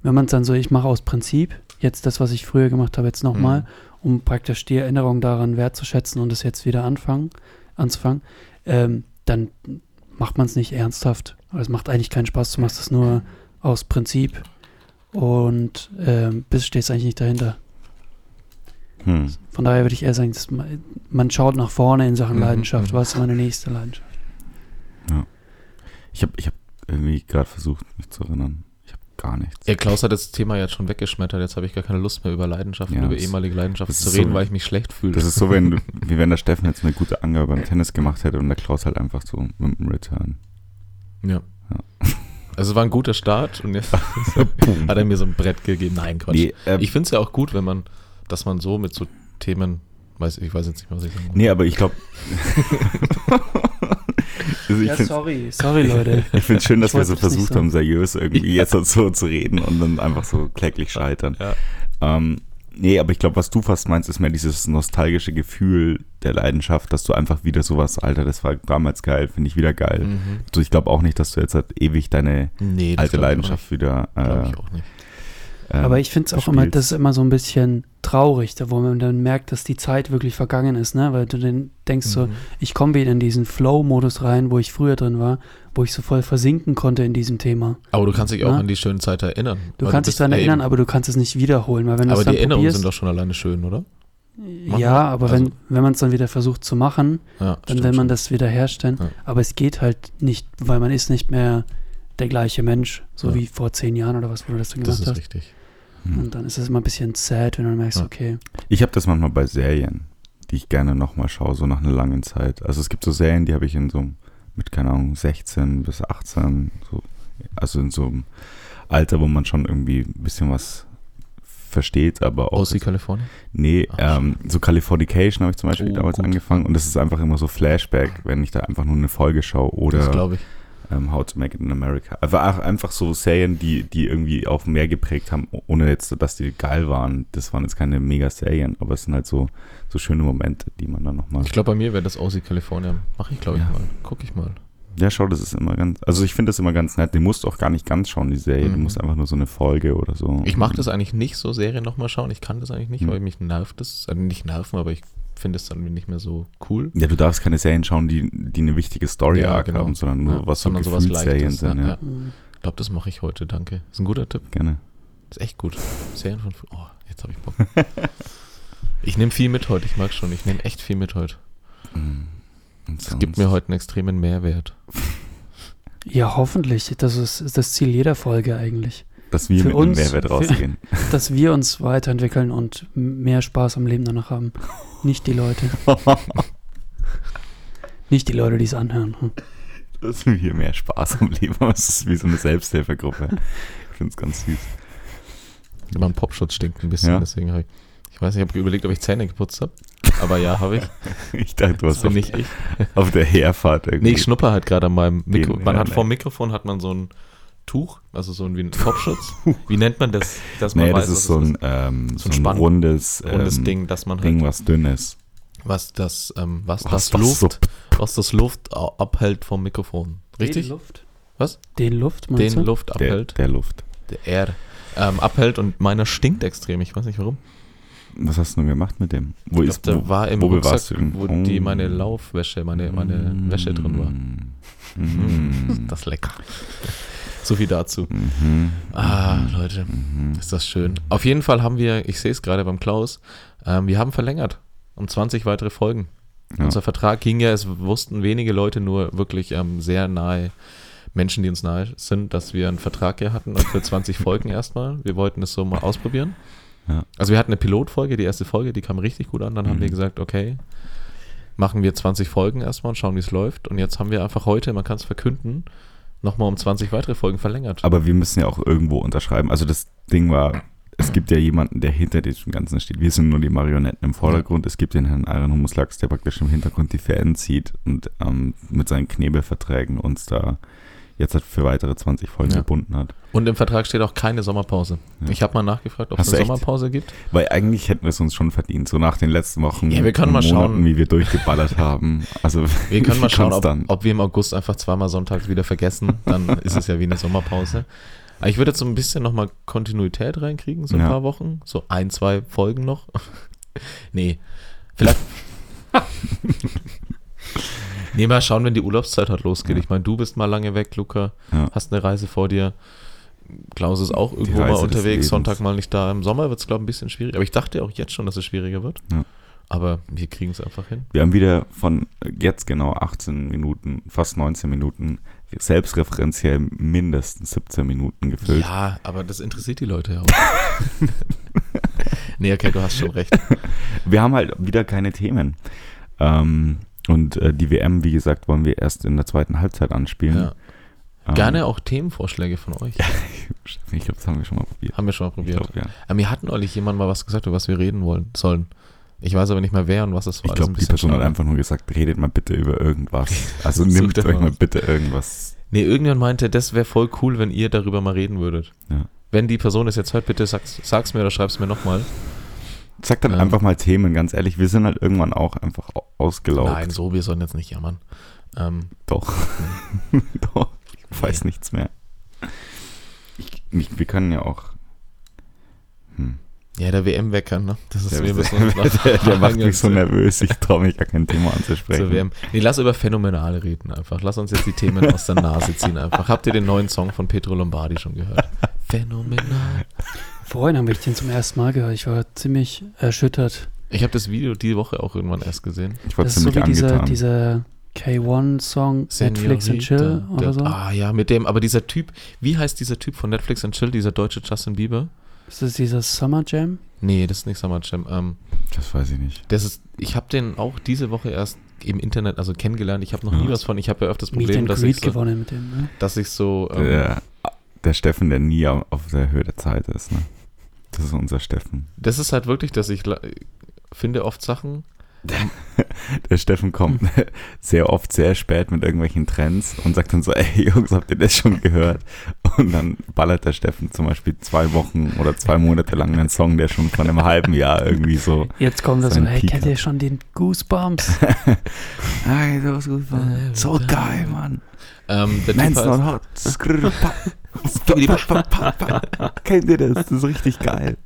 S4: wenn man es dann so, ich mache aus Prinzip jetzt das, was ich früher gemacht habe, jetzt
S1: Mhm.
S4: nochmal, um praktisch die Erinnerung daran wertzuschätzen und es jetzt wieder anfangen, anzufangen, ähm, dann macht man es nicht ernsthaft. Also Es macht eigentlich keinen Spaß, du machst es nur aus Prinzip und ähm, bist stehst eigentlich nicht dahinter.
S5: Hm.
S4: Von daher würde ich eher sagen, dass man, man schaut nach vorne in Sachen
S1: Mhm,
S4: Leidenschaft.
S1: mhm.
S4: Was ist meine nächste Leidenschaft?
S5: Ich habe ich hab irgendwie gerade versucht, mich zu erinnern. Ich habe gar nichts.
S1: Ja, Klaus hat das Thema jetzt schon weggeschmettert. Jetzt habe ich gar keine Lust mehr über Leidenschaften,
S5: Ja,
S1: über
S5: das-
S1: ehemalige Leidenschaften
S5: das
S1: zu
S5: ist so-
S1: reden, weil ich mich schlecht fühle.
S5: Das ist so, wenn, du- wie wenn der Steffen jetzt eine gute Angabe beim Tennis gemacht hätte und der Klaus halt einfach so mit dem Return.
S1: ja. Also war ein guter Start und jetzt hat er mir so ein Brett gegeben. Nein, Quatsch.
S5: Nee, äh,
S1: Ich finde es ja auch gut, wenn man, dass man so mit so Themen, weiß, ich weiß jetzt nicht mehr, was ich sagen wollte.
S5: nee, aber ich glaube. also ich
S4: Ja,
S5: find's-
S4: sorry, sorry, Leute.
S5: ich finde es schön, dass
S4: Ich
S5: wir
S4: wollte
S5: so
S4: es nicht
S5: versucht
S4: sagen.
S5: haben, seriös irgendwie jetzt dazu zu reden und dann einfach so kläglich scheitern.
S1: Ja.
S5: Ähm, nee, aber ich glaube, was du fast meinst, ist mehr dieses nostalgische Gefühl der Leidenschaft, dass du einfach wieder sowas, Alter, das war damals geil, finde ich wieder geil.
S1: Mhm.
S5: Also ich glaube auch nicht, dass du jetzt halt ewig deine
S1: Nee, das glaub
S5: alte
S1: ich
S5: Leidenschaft wieder.
S1: auch nicht. Glaub
S5: Äh,
S1: ich auch nicht.
S5: ähm,
S4: Aber ich finde es auch
S5: du
S4: immer,
S5: spielst.
S4: das ist immer so ein bisschen traurig, da wo man dann merkt, dass die Zeit wirklich vergangen ist, ne? Weil du dann denkst so,
S1: Mhm.
S4: ich komme wieder in diesen Flow-Modus rein, wo ich früher drin war, wo ich so voll versinken konnte in diesem Thema.
S1: Aber du kannst dich auch
S4: Na?
S1: an die schöne Zeit erinnern.
S4: Du
S1: Weil
S4: kannst dich
S1: bist-
S4: daran
S1: ja, eben.
S4: erinnern, aber du kannst es nicht wiederholen, weil wenn du
S1: aber
S4: es
S1: die
S4: dann
S1: Erinnerungen
S4: probierst,
S1: sind doch schon alleine schön, oder? manchmal.
S4: ja, aber wenn,
S1: Also-
S4: wenn man es dann wieder versucht zu machen,
S1: Ja,
S4: dann
S1: stimmt
S4: will man
S1: schon.
S4: das wieder herstellen.
S1: Ja.
S4: Aber es geht halt nicht, weil man ist nicht mehr der gleiche Mensch, so
S1: Ja.
S4: wie vor zehn Jahren oder was, wo du das dann
S1: Das
S4: gemacht
S1: ist
S4: hast.
S1: richtig.
S5: Hm.
S4: Und dann ist es immer ein bisschen sad, wenn du merkst,
S1: Ja.
S4: okay,
S5: Ich habe das manchmal bei Serien, die ich gerne nochmal schaue, so nach einer langen Zeit. Also es gibt so Serien, die habe ich in so einem, mit, keine Ahnung, 16 bis 18, so, also in so einem Alter, wo man schon irgendwie ein bisschen was versteht, aber auch.
S1: Aus die Kalifornien?
S5: Nee,
S1: Ach,
S5: ähm, so Californication habe ich zum Beispiel
S1: Oh,
S5: damals
S1: gut.
S5: angefangen und das ist einfach immer so Flashback, wenn ich da einfach nur eine Folge schaue
S1: Das
S5: oder
S1: glaube ich.
S5: ähm, How to Make It in America. Also auch einfach so Serien, die, die irgendwie auch mehr geprägt haben, ohne jetzt, dass die geil waren. Das waren jetzt keine Mega-Serien, aber es sind halt so, so schöne Momente, die man dann nochmal.
S1: Ich glaube, bei mir wäre das Aussie Kalifornien. Mache ich, glaube ich,
S5: Ja.
S1: mal. Guck ich mal.
S5: Ja, schau, das ist immer ganz. Also ich finde das immer ganz nett. Du musst auch gar nicht ganz schauen, die Serie. Du
S1: Mhm.
S5: musst einfach nur so eine Folge oder so.
S1: Ich mache das eigentlich nicht, so Serien nochmal schauen. Ich kann das eigentlich nicht,
S4: Hm.
S5: Mhm.
S1: weil mich nervt es. Also nicht nerven, aber ich finde es dann nicht mehr so cool.
S5: Ja, du darfst keine Serien schauen, die, die eine wichtige Story
S1: Ja,
S5: arc
S1: genau.
S5: haben, sondern nur
S1: Ja,
S5: was so
S1: sondern sowas
S5: Gefühlsserien
S1: Leichtes,
S5: sind.
S1: ja,
S5: Ja,
S1: ja.
S4: mh,
S1: Ich glaube, das mache ich heute, danke. Ist ein guter Tipp.
S5: Gerne.
S1: Ist echt gut. Serien von früher. Oh, jetzt habe ich Bock. Ich nehme viel mit heute, ich mag schon. Ich nehme echt viel mit heute. Es gibt mir heute einen extremen Mehrwert.
S4: ja, hoffentlich. Das ist, ist das Ziel jeder Folge eigentlich.
S5: dass wir
S4: für
S5: mit einem
S4: uns-
S5: Mehrwert
S4: für-
S5: rausgehen.
S4: Dass wir uns weiterentwickeln und m- mehr Spaß am Leben danach haben. Nicht die Leute. Nicht die Leute, die es anhören. Hm.
S5: dass wir hier mehr Spaß am Leben haben. Es ist wie so eine Selbsthilfegruppe. Ich finde es ganz süß.
S1: Mein Popschutz stinkt ein bisschen,
S5: Ja.
S1: deswegen habe ich. Ich weiß nicht, ich habe überlegt, ob ich Zähne geputzt habe. Aber ja, habe ich.
S5: Ich dachte, du
S1: Das
S5: warst auf,
S1: bin nicht ich.
S5: auf der Herfahrt irgendwie.
S1: Nee, ich schnupper halt gerade an meinem Mikro.
S5: Den-
S1: Man
S5: ja,
S1: hat
S5: nee.
S1: vor dem Mikrofon hat man so ein Tuch, also so ein wie ein Kopfschutz. Wie nennt man das? Dass man
S5: nee, das
S1: was
S5: ist so
S1: es
S5: ein, ähm, so
S1: ein
S5: ein
S1: Spann-
S5: rundes, ähm,
S1: rundes Ding, dass man halt
S5: Ding, was dünn ist.
S1: was das ähm, was,
S5: Was-
S1: das
S5: was
S1: Luft,
S5: so-
S1: was das Luft au- abhält vom Mikrofon.
S4: Den
S1: Richtig?
S4: Luft.
S1: Was?
S4: Den Luft, meinst
S1: Den
S4: du?
S1: Luft
S5: Der,
S1: abhält,
S5: der Luft.
S1: der, Air ähm, abhält und meiner stinkt extrem, ich weiß nicht warum.
S5: Was hast du denn gemacht mit dem? Wo
S1: Ich glaube, der war im
S5: wo bewahrst du
S1: Rucksack,
S5: den?
S1: wo die
S5: Oh.
S1: meine Laufwäsche, meine meine
S5: Mm.
S1: Wäsche drin war.
S5: Mhm.
S1: Das ist lecker. So viel dazu.
S5: Mhm.
S1: Ah, Leute.
S5: Mhm.
S1: Ist das schön. Auf jeden Fall haben wir, ich sehe es gerade beim Klaus, ähm, wir haben verlängert um 20 weitere Folgen.
S5: Ja.
S1: Unser Vertrag ging ja, es wussten wenige Leute nur wirklich ähm, sehr nahe Menschen, die uns nahe sind, dass wir einen Vertrag hier hatten und für 20 Folgen erstmal. Wir wollten es so mal ausprobieren.
S5: Ja.
S1: Also wir hatten eine Pilotfolge, die erste Folge, die kam richtig gut an. Dann haben
S5: Mhm.
S1: wir gesagt, okay, machen wir 20 Folgen erstmal und schauen, wie es läuft. Und jetzt haben wir einfach heute, man kann es verkünden, nochmal um 20 weitere Folgen verlängert.
S5: Aber wir müssen ja auch irgendwo unterschreiben. Also das Ding war, es gibt ja jemanden, der hinter diesem Ganzen steht. Wir sind nur die Marionetten im Vordergrund. Es gibt den Herrn Aaron Humuslachs, der praktisch im Hintergrund die Fäden zieht und ähm, mit seinen Knebelverträgen uns da jetzt halt für weitere 20 Folgen
S1: Ja.
S5: gebunden hat.
S1: Und im Vertrag steht auch keine Sommerpause.
S5: Ja.
S1: Ich habe mal nachgefragt, ob
S5: Hast
S1: es eine
S5: du echt?
S1: Sommerpause gibt.
S5: Weil eigentlich hätten wir es uns schon verdient, so nach den letzten Wochen,
S1: Ja, wir können
S5: und
S1: mal
S5: Monaten,
S1: schauen.
S5: wie wir durchgeballert haben. Also
S1: Wir können mal schauen, ob,
S5: konstant.
S1: ob wir im August einfach zweimal sonntags wieder vergessen. Dann ist es ja wie eine Sommerpause. Aber ich würde jetzt so ein bisschen nochmal Kontinuität reinkriegen, so ein
S5: Ja.
S1: paar Wochen. So ein, zwei Folgen noch. nee. Vielleicht. nee, mal schauen, wenn die Urlaubszeit halt losgeht.
S5: Ja.
S1: Ich meine, du bist mal lange weg, Luca.
S5: Ja.
S1: Hast eine Reise vor dir. Klaus ist auch irgendwo mal
S5: Reise des
S1: unterwegs,
S5: Lebens.
S1: Sonntag mal nicht da. Im Sommer wird es, glaube ich, ein bisschen schwierig. Aber ich dachte auch jetzt schon, dass es schwieriger wird.
S5: Ja.
S1: Aber wir kriegen es einfach hin.
S5: Wir haben wieder von jetzt genau 18 Minuten, fast 19 Minuten, selbstreferenziell mindestens 17 Minuten gefüllt.
S1: Ja, aber das interessiert die Leute ja auch. nee, okay, du hast schon recht.
S5: Wir haben halt wieder keine Themen. Ähm, und äh, die WM, wie gesagt, wollen wir erst in der zweiten Halbzeit anspielen.
S1: Ja.
S5: Ähm,
S1: Gerne auch Themenvorschläge von euch.
S5: Ich glaube, das haben wir schon mal probiert.
S1: Haben wir schon mal
S5: Ich
S1: probiert.
S5: glaube, ja.
S1: Aber mir hat neulich jemand mal was gesagt, über was wir reden wollen sollen. Ich weiß aber nicht mehr wer und was es war. Also
S5: Ich glaube, die Person hat einfach nur gesagt, redet mal bitte über irgendwas. Also
S1: Sucht
S5: nehmt
S1: einfach
S5: euch mal
S1: was.
S5: bitte irgendwas.
S1: Nee, irgendjemand meinte, das wäre voll cool, wenn ihr darüber mal reden würdet.
S5: Ja.
S1: Wenn die Person es jetzt hört, bitte sag's, sag's mir oder schreib's mir nochmal.
S5: Sagt dann
S1: Ähm.
S5: einfach mal Themen, ganz ehrlich. Wir sind halt irgendwann auch einfach au- ausgelaugt.
S1: Nein, so, wir sollen jetzt nicht jammern. Ähm,
S5: Doch. Doch. Ich weiß nichts mehr. Ich, ich, wir können ja auch. Hm.
S1: ja, der WM-Wecker, ne? Das ist,
S5: Der,
S1: wir
S5: der,
S1: müssen uns
S5: der,
S1: nach-
S5: der, macht mich so
S1: zur-
S5: nervös. Ich traue mich gar kein Thema anzusprechen.
S1: Zur WM. Nee, lass über phänomenal reden einfach. Lass uns jetzt die Themen aus der Nase ziehen einfach. Habt ihr den neuen Song von Petro Lombardi schon gehört? Phänomenal.
S4: Vorhin habe ich den zum ersten Mal gehört. Ich war ziemlich erschüttert.
S1: Ich habe das Video die Woche auch irgendwann erst gesehen.
S5: Ich war
S4: Das ist so
S5: ziemlich
S4: wie dieser,
S5: angetan.
S4: dieser K1-Song Netflix and Chill
S1: Senorita.
S4: oder so.
S1: Ah ja, mit dem, aber dieser Typ, wie heißt dieser Typ von Netflix and Chill, dieser deutsche Justin Bieber?
S4: Ist das dieser Summer Jam?
S1: Nee, das ist nicht Summer Jam. Ähm,
S5: das weiß ich nicht.
S1: das ist, ich habe den auch diese Woche erst im Internet, also kennengelernt. Ich habe noch nie
S5: Ja.
S1: was von, ich habe ja öfters
S4: Meet
S1: Problem,
S4: and
S1: dass ich,
S4: Greet
S1: so,
S4: gewonnen mit dem, ne?
S1: dass ich so, ähm,
S5: der, der Steffen, der nie au- auf der Höhe der Zeit ist. Ne? Das ist unser Steffen.
S1: das ist halt wirklich, dass ich la- finde oft Sachen,
S5: Der Steffen kommt sehr oft sehr spät mit irgendwelchen Trends und sagt dann so, ey Jungs, habt ihr das schon gehört? Und dann ballert der Steffen zum Beispiel zwei Wochen oder zwei Monate lang einen Song, der schon von einem halben Jahr irgendwie so.
S4: Jetzt kommt das so,
S5: Sein
S4: hey,
S5: Peak
S4: kennt ihr
S5: hat.
S4: schon den Goosebumps?
S5: Ey, so ist gut,
S1: Mann. So geil,
S5: Mann.
S1: ähm, der Typ
S5: Man's
S1: heißt,
S5: not hot. Skrrr, pa- pa- pa- pa- pa. Kennt ihr das? Das ist richtig geil.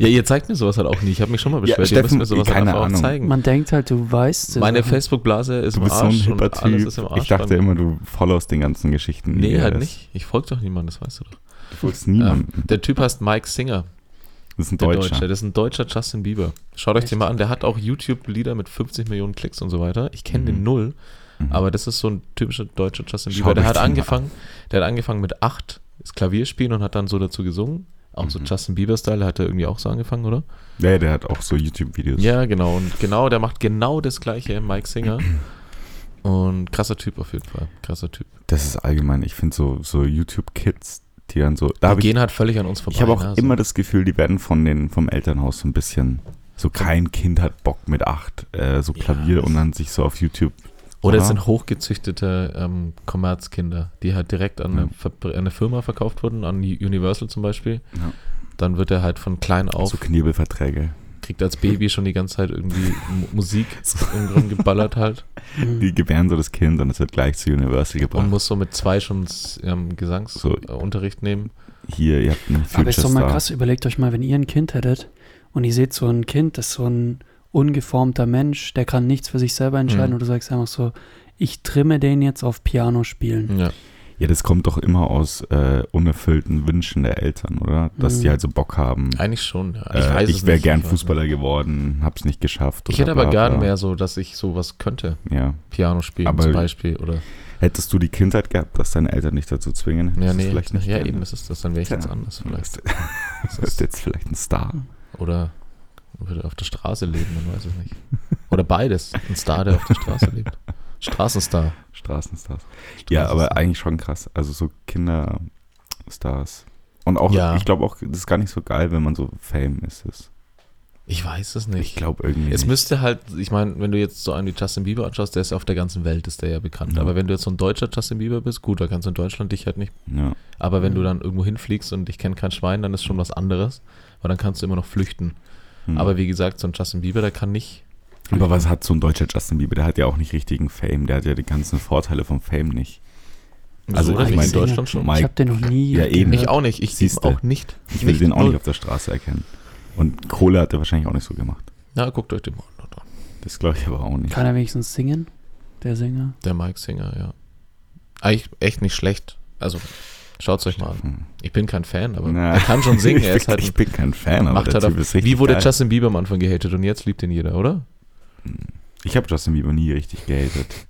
S1: ja, ihr zeigt mir sowas halt auch nie. Ich habe mich schon mal beschwert, ihr
S5: Steffen,
S1: müsst mir sowas halt
S5: keine
S1: einfach auch
S5: Ahnung.
S1: zeigen.
S4: Man denkt halt, du weißt es.
S1: Meine
S4: aber-
S1: Facebook-Blase ist
S5: Du
S1: im
S5: bist so ein
S1: Arsch
S5: hipper
S1: und alles
S5: Typ.
S1: ist im Arsch.
S5: Ich dachte
S1: dann.
S5: immer, du followst den ganzen Geschichten.
S1: nee,
S5: die
S1: halt
S5: das-
S1: nicht. Ich folge doch niemandem, das weißt du doch.
S5: Du folgst
S1: Ähm,
S5: niemandem.
S1: der Typ heißt Mike Singer,
S5: das ist ein
S1: der
S5: Deutscher.
S1: Deutsche. Das ist ein deutscher Justin Bieber. Schaut euch
S4: Echt?
S1: den mal an. Der hat auch YouTube-Lieder mit 50 Millionen Klicks und so weiter. Ich kenne den
S5: Mhm.
S1: null,
S5: Mhm.
S1: aber das ist so ein typischer deutscher Justin
S5: Schaut
S1: Bieber. Der
S5: euch
S1: hat
S5: den mal
S1: angefangen, der hat angefangen mit acht das Klavier spielen und hat dann so dazu gesungen. Auch so
S5: Mhm.
S1: Justin Bieber-Style hat er irgendwie auch so angefangen, oder?
S5: Ja, der hat auch so YouTube-Videos.
S1: Ja, genau. Und genau, der macht genau das gleiche, Mike Singer. Und krasser Typ auf jeden Fall. Krasser Typ.
S5: Das ist allgemein, ich finde so, so YouTube-Kids, die dann so.
S1: Die
S5: Da hab ich
S1: gehen halt völlig an uns vorbei.
S5: ich habe auch
S1: ne? Also-
S5: immer das Gefühl, die werden von den, vom Elternhaus so ein bisschen. So kein Kind hat Bock mit acht, äh, so
S1: Ja,
S5: Klavier
S1: das-
S5: und dann sich so auf YouTube.
S1: Oder es
S5: Oder?
S1: sind hochgezüchtete ähm, Kommerzkinder, die halt direkt an eine, Ver- an eine Firma verkauft wurden, an die Universal zum Beispiel.
S5: Ja. Also,
S1: Dann wird er halt von klein auf,
S5: So Knebelverträge.
S1: kriegt als Baby schon die ganze Zeit irgendwie Mu- Musik im Grunde geballert halt
S4: Mhm.
S5: Die gebären so das Kind und es wird gleich zu Universal
S1: und
S5: gebracht.
S1: muss so mit zwei schon s- ähm,
S5: So.
S1: Gesangsunterricht nehmen.
S5: Hier, ihr habt einen
S4: Aber ist
S5: Future
S4: doch mal
S5: Star.
S4: krass, überlegt euch mal, wenn ihr ein Kind hättet und ihr seht so ein Kind, das ist so ein ungeformter Mensch, der kann nichts für sich selber entscheiden
S1: Mhm.
S4: und du sagst einfach so, ich trimme den jetzt auf Piano spielen.
S1: Ja.
S5: Ja, das kommt doch immer aus äh, unerfüllten Wünschen der Eltern, oder? Dass
S4: Mhm.
S5: die halt so Bock haben.
S1: Eigentlich schon. Ja.
S5: Ich, äh,
S1: weiß
S5: ich
S1: es
S5: wäre
S1: nicht.
S5: gern
S1: weiß
S5: Fußballer
S1: nicht.
S5: geworden, hab's nicht geschafft.
S1: Ich
S5: oder
S1: hätte aber
S5: bla,
S1: gern
S5: bla.
S1: mehr so, dass ich sowas könnte.
S5: Ja.
S1: Piano spielen
S5: Aber-
S1: zum Beispiel oder
S5: Hättest du die Kindheit gehabt, dass deine Eltern dich dazu zwingen? hättest
S1: ja
S5: du es
S1: nee
S5: vielleicht nicht.
S1: ja
S5: gerne.
S1: eben ist es das dann wäre ich jetzt
S5: Klar.
S1: anders
S5: Du
S1: vielleicht
S5: wärst-
S1: Das
S5: wärst
S1: ist-
S5: jetzt vielleicht ein Star.
S1: Oder würde auf der Straße leben, man weiß es nicht. Oder beides. Ein Star, der auf der Straße lebt. Straßenstar.
S5: Straßenstars. Ja, aber eigentlich schon krass. Also so Kinderstars. Und auch,
S1: Ja.
S5: ich glaube auch, das ist gar nicht so geil, wenn man so Fame ist. Es.
S1: Ich weiß es
S5: Ich
S1: nicht.
S5: glaube irgendwie.
S1: Es
S5: nicht.
S1: müsste halt, ich meine, wenn du jetzt so einen wie Justin Bieber anschaust, der ist ja auf der ganzen Welt, ist der ja bekannt.
S5: Ja.
S1: Aber wenn du jetzt so ein deutscher Justin Bieber bist, gut, da kannst du in Deutschland dich halt nicht.
S5: Ja.
S1: Aber wenn du dann irgendwo hinfliegst und ich kenne kein Schwein, dann ist schon was anderes. Weil dann kannst du immer noch flüchten.
S5: Hm.
S1: Aber wie gesagt, so ein Justin Bieber, der kann nicht.
S5: Aber was hat so ein deutscher Justin Bieber? Der hat ja auch nicht richtigen Fame. Der hat ja die ganzen Vorteile vom Fame nicht. Also
S1: so oder
S5: ich
S1: wie
S5: mein,
S1: in Deutschland schon.
S5: Mike-
S4: ich habe den noch nie.
S5: Ja, eben.
S1: Ich auch nicht. Ich
S5: Siehste.
S1: auch nicht.
S5: Ich will
S1: Nicht
S5: den auch
S1: null.
S5: nicht auf der Straße erkennen. Und Kohle hat er wahrscheinlich auch nicht so gemacht.
S1: Na, guckt euch den mal an.
S5: Das glaube ich aber auch nicht.
S4: Kann er wenigstens singen, der Sänger?
S1: Der Mike Singer, ja. Eigentlich echt nicht schlecht. Also, schaut's euch mal an.
S5: Hm.
S1: Ich bin kein Fan, aber
S5: Na.
S1: er kann schon singen.
S5: ich,
S1: Er ist
S5: bin,
S1: halt
S5: ich
S1: ein,
S5: bin kein Fan, aber
S1: macht
S5: der
S1: halt
S5: Typ
S1: auf,
S5: ist richtig
S1: Wie wurde
S5: geil.
S1: Justin Bieber am Anfang gehatet und jetzt liebt ihn jeder, oder?
S5: Ich habe Justin Bieber nie richtig gehatet.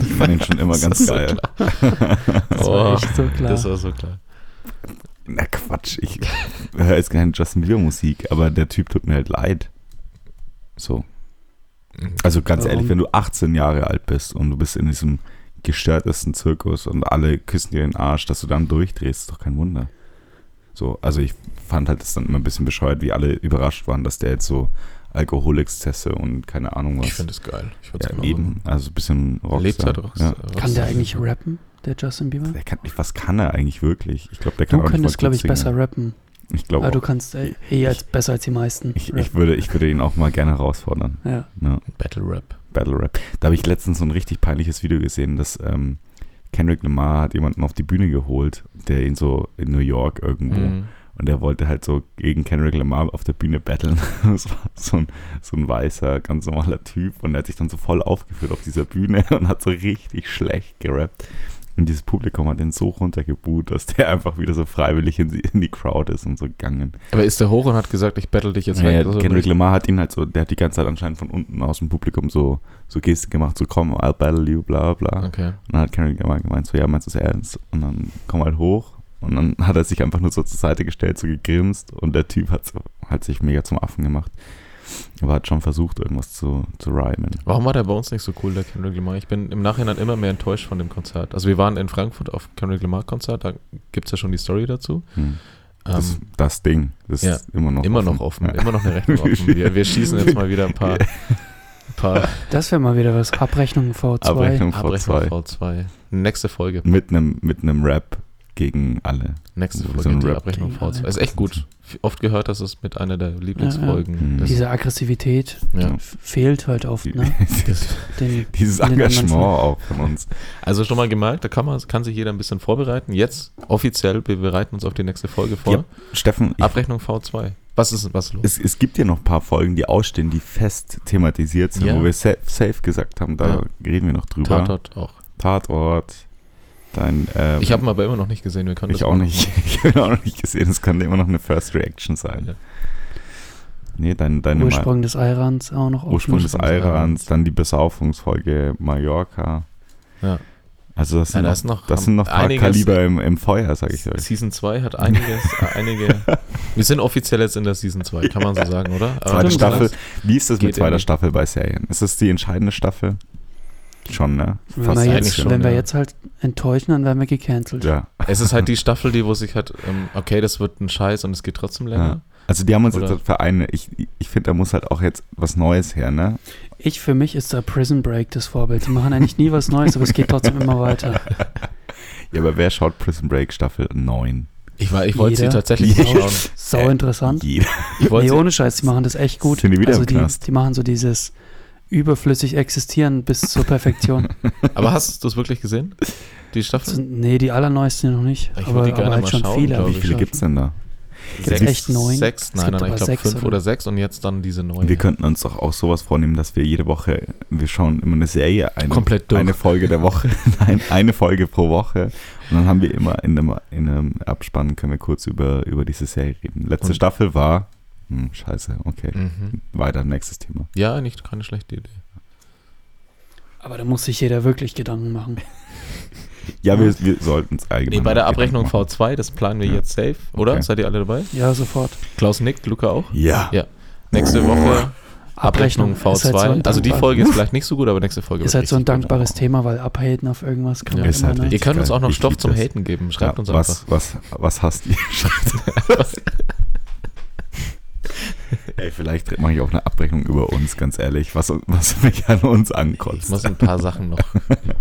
S5: Ich fand ihn schon immer ganz
S1: war
S5: geil.
S4: Das
S1: Oh,
S4: war echt so klar.
S1: Das war so klar.
S5: Na Quatsch, ich höre jetzt keine Justin Bieber Musik, aber der Typ tut mir halt leid. So. Also ganz
S4: Warum?
S5: ehrlich, wenn du 18 Jahre alt bist und du bist in diesem gestörtesten Zirkus und alle küssen dir den Arsch, dass du dann durchdrehst, ist doch kein Wunder. So, also ich fand halt das dann immer ein bisschen bescheuert, wie alle überrascht waren, dass der jetzt so Alkoholexzesse und keine Ahnung was.
S1: Ich finde es geil. Ich würde
S5: ja,
S1: es genau
S5: eben, also ein bisschen
S1: machen.
S5: Rockstar.
S1: Lebt halt
S5: Ja.
S1: Rockstar.
S4: Kann der
S1: Rockstar.
S4: eigentlich rappen, der Justin Bieber?
S5: Der kann, was kann er eigentlich wirklich? Ich glaube, der kann
S4: Du
S5: auch nicht
S4: könntest,
S5: mal
S4: glaube ich,
S5: gut singen.
S4: besser rappen.
S5: Ich glaube
S4: Aber du
S5: auch.
S4: kannst äh, eh als besser als die meisten.
S5: Ich,
S4: rappen.
S5: ich, würde, ich würde ihn auch mal gerne herausfordern.
S4: ja.
S5: Ja,
S1: Battle Rap.
S5: Battle Rap. Da habe ich letztens so ein richtig peinliches Video gesehen, dass ähm, Kendrick Lamar hat jemanden auf die Bühne geholt, der ihn so in New York irgendwo
S1: Mhm.
S5: und der wollte halt so gegen Kendrick Lamar auf der Bühne battlen. Das war so ein, so ein weißer, ganz normaler Typ und er hat sich dann so voll aufgeführt auf dieser Bühne und hat so richtig schlecht gerappt. Und dieses Publikum hat ihn so runtergebuht, dass der einfach wieder so freiwillig in die, in die Crowd ist und so gegangen.
S1: Aber ist der hoch und hat gesagt, ich battle dich jetzt
S5: Naja,
S1: weg? Also,
S5: Kendrick Lamar hat ihn halt so, der hat die ganze Zeit anscheinend von unten aus dem Publikum so, so Gesten gemacht, so komm, I'll battle you, bla bla. bla.
S1: Okay.
S5: Und dann hat Kendrick Lamar gemeint, so ja, meinst du es ernst? Und dann komm halt hoch. Und dann hat er sich einfach nur so zur Seite gestellt, so gegrinst und der Typ hat, so, hat sich mega zum Affen gemacht. Aber hat schon versucht, irgendwas zu, zu rhymen.
S1: Warum war der bei uns nicht so cool, der Kendrick Lamar? Ich bin im Nachhinein immer mehr enttäuscht von dem Konzert. Also wir waren in Frankfurt auf Kendrick Lamar Konzert, da gibt es ja schon die Story dazu.
S5: Hm. Das,
S1: Ähm,
S5: das Ding, das
S1: ja,
S5: ist immer noch
S1: immer noch offen, immer noch eine Rechnung offen. Wir, wir schießen jetzt mal wieder ein paar, paar
S4: Das wäre mal wieder was. Abrechnung V2.
S5: Abrechnung vor
S1: Abrechnung
S5: zwei.
S1: V2. Nächste Folge.
S5: Mit einem, mit einem Rap gegen alle.
S1: Nächste
S5: So
S1: Folge,
S5: ein
S1: die
S5: Rap.
S1: Abrechnung
S4: Gegen
S1: V2.
S4: alle.
S1: Ist echt gut. Oft gehört, dass es mit einer der Lieblingsfolgen
S5: Ja, ja.
S1: ist.
S4: Diese Aggressivität
S1: Ja.
S4: f- fehlt halt oft, ne?
S1: Das-
S4: Den,
S5: Dieses
S4: In den anderen
S5: Engagement auch von uns.
S1: Also schon mal gemerkt, da kann, man, kann sich jeder ein bisschen vorbereiten. Jetzt offiziell, wir bereiten uns auf die nächste Folge vor.
S5: Ja, Steffen, ich,
S1: Abrechnung V2. Was ist was ist los?
S5: es, es gibt ja noch ein paar Folgen, die ausstehen, die fest thematisiert sind,
S1: Ja.
S5: wo wir sa- safe gesagt haben, da
S1: Ja.
S5: reden wir noch drüber.
S1: Tatort auch.
S5: Tatort. Dann, ähm,
S1: Ich habe ihn aber immer noch nicht gesehen. Wir können
S5: ich
S1: das
S5: auch
S1: mal
S5: nicht, ich habe ihn auch noch nicht gesehen. Das könnte immer noch eine First Reaction sein.
S1: Ja.
S5: Nee, dein, deine
S4: Ursprung des Eirans auch noch
S5: Ma Ursprung des
S1: Ursprung des
S5: Eirans, dann die Besaufungsfolge Mallorca.
S1: Ja.
S5: Also das
S1: Ja,
S5: sind,
S1: da
S5: noch,
S1: ist noch,
S5: das sind noch ein paar
S1: einiges-
S5: Kaliber im, im Feuer, sag ich euch.
S1: Season 2 hat einiges, äh, einige. Wir sind offiziell jetzt in der Season 2, kann man so sagen, oder? Ähm, Aber
S5: Zweite
S1: das-
S5: Staffel. Wie ist das mit
S1: Geht
S5: zweiter
S1: irgendwie.
S5: Staffel bei Serien? Ist das die entscheidende Staffel? Schon, ne?
S4: Wenn, wir
S1: eigentlich
S4: jetzt,
S1: schon,
S4: wenn wir
S1: ja.
S4: jetzt halt enttäuschen, dann werden wir gecancelt.
S5: Ja.
S1: Es ist halt die Staffel, die, wo sich halt, ähm, okay, das wird ein Scheiß und es geht trotzdem länger.
S5: Also die haben uns
S1: Oder-
S5: jetzt halt für eine, ich, ich finde, da muss halt auch jetzt was Neues her, ne?
S4: Ich für mich ist da Prison Break das Vorbild. Die machen eigentlich nie was Neues, aber es geht trotzdem immer weiter.
S5: Ja, aber wer schaut Prison Break Staffel 9?
S1: Ich, war- ich wollte sie
S4: Jeder.
S1: tatsächlich
S5: Jeder.
S1: anschauen.
S4: Sau interessant.
S5: Jeder.
S1: Ich
S4: Nee,
S1: wollte
S4: ohne Scheiß, die machen das echt gut.
S5: Sind die wieder
S4: also
S5: im
S4: die,
S5: Knast?
S4: die machen so dieses überflüssig existieren bis zur Perfektion.
S1: sie, aber hast du es wirklich gesehen? Die
S4: Also,
S1: Staffel?
S4: nee, die allerneuesten noch nicht.
S1: Ich würd
S4: aber
S1: die gerne
S4: aber halt
S1: mal
S4: schon
S1: schauen,
S4: viele.
S1: glaub
S4: hab
S1: ich.
S5: Wie viele
S4: geschaut.
S5: gibt's denn da?
S4: Gibt's echt neun?
S1: Sechs?
S4: gibt
S1: Nein, nein,
S4: aber
S1: nein, ich glaube
S4: sechs,
S1: fünf
S4: oder?
S1: oder sechs und jetzt dann diese neue.
S5: Wir könnten uns doch auch sowas vornehmen, dass wir jede Woche, wir schauen immer eine Serie, eine,
S1: Komplett durch.
S5: eine Folge der Woche, nein, eine Folge pro Woche. Und dann haben wir immer in einem, in einem Abspann, können wir kurz über, über diese Serie reden. Letzte
S1: Und-
S5: Staffel war, hm, scheiße, okay,
S1: Mhm.
S5: weiter, nächstes Thema.
S1: Ja, nicht keine schlechte Idee.
S4: Aber da muss sich jeder wirklich Gedanken machen.
S5: Ja, wir, wir sollten es allgemein.
S1: Nee, bei der
S5: Gedanken
S1: Abrechnung
S5: machen.
S1: V2, das planen wir
S5: Ja.
S1: jetzt safe, oder?
S5: Okay.
S1: Seid ihr alle dabei?
S4: Ja, sofort.
S1: Klaus nickt, Luca auch.
S5: Ja.
S1: Ja. Nächste Woche Abrechnung
S4: Abrechnung ist
S1: V2.
S4: halt so ein
S1: also die
S4: dankbar-
S1: Folge ist vielleicht nicht so gut, aber nächste Folge
S4: Ist halt so ein
S1: richtig gut.
S4: dankbares Thema, weil abhaten auf irgendwas kann
S1: Ja,
S4: man
S5: ist halt
S4: immer.
S1: Ihr
S4: ne?
S5: richtig.
S1: könnt uns auch noch
S5: Ich
S1: Stoff
S5: lieb
S1: zum
S5: das.
S1: Haten geben. Schreibt
S5: Ja,
S1: uns einfach.
S5: was, was, was hast ihr? Ey, vielleicht mache ich auch eine Abrechnung über uns, ganz ehrlich, was, was mich an uns
S1: Ich
S5: ankotzt.
S1: muss ein paar Sachen noch.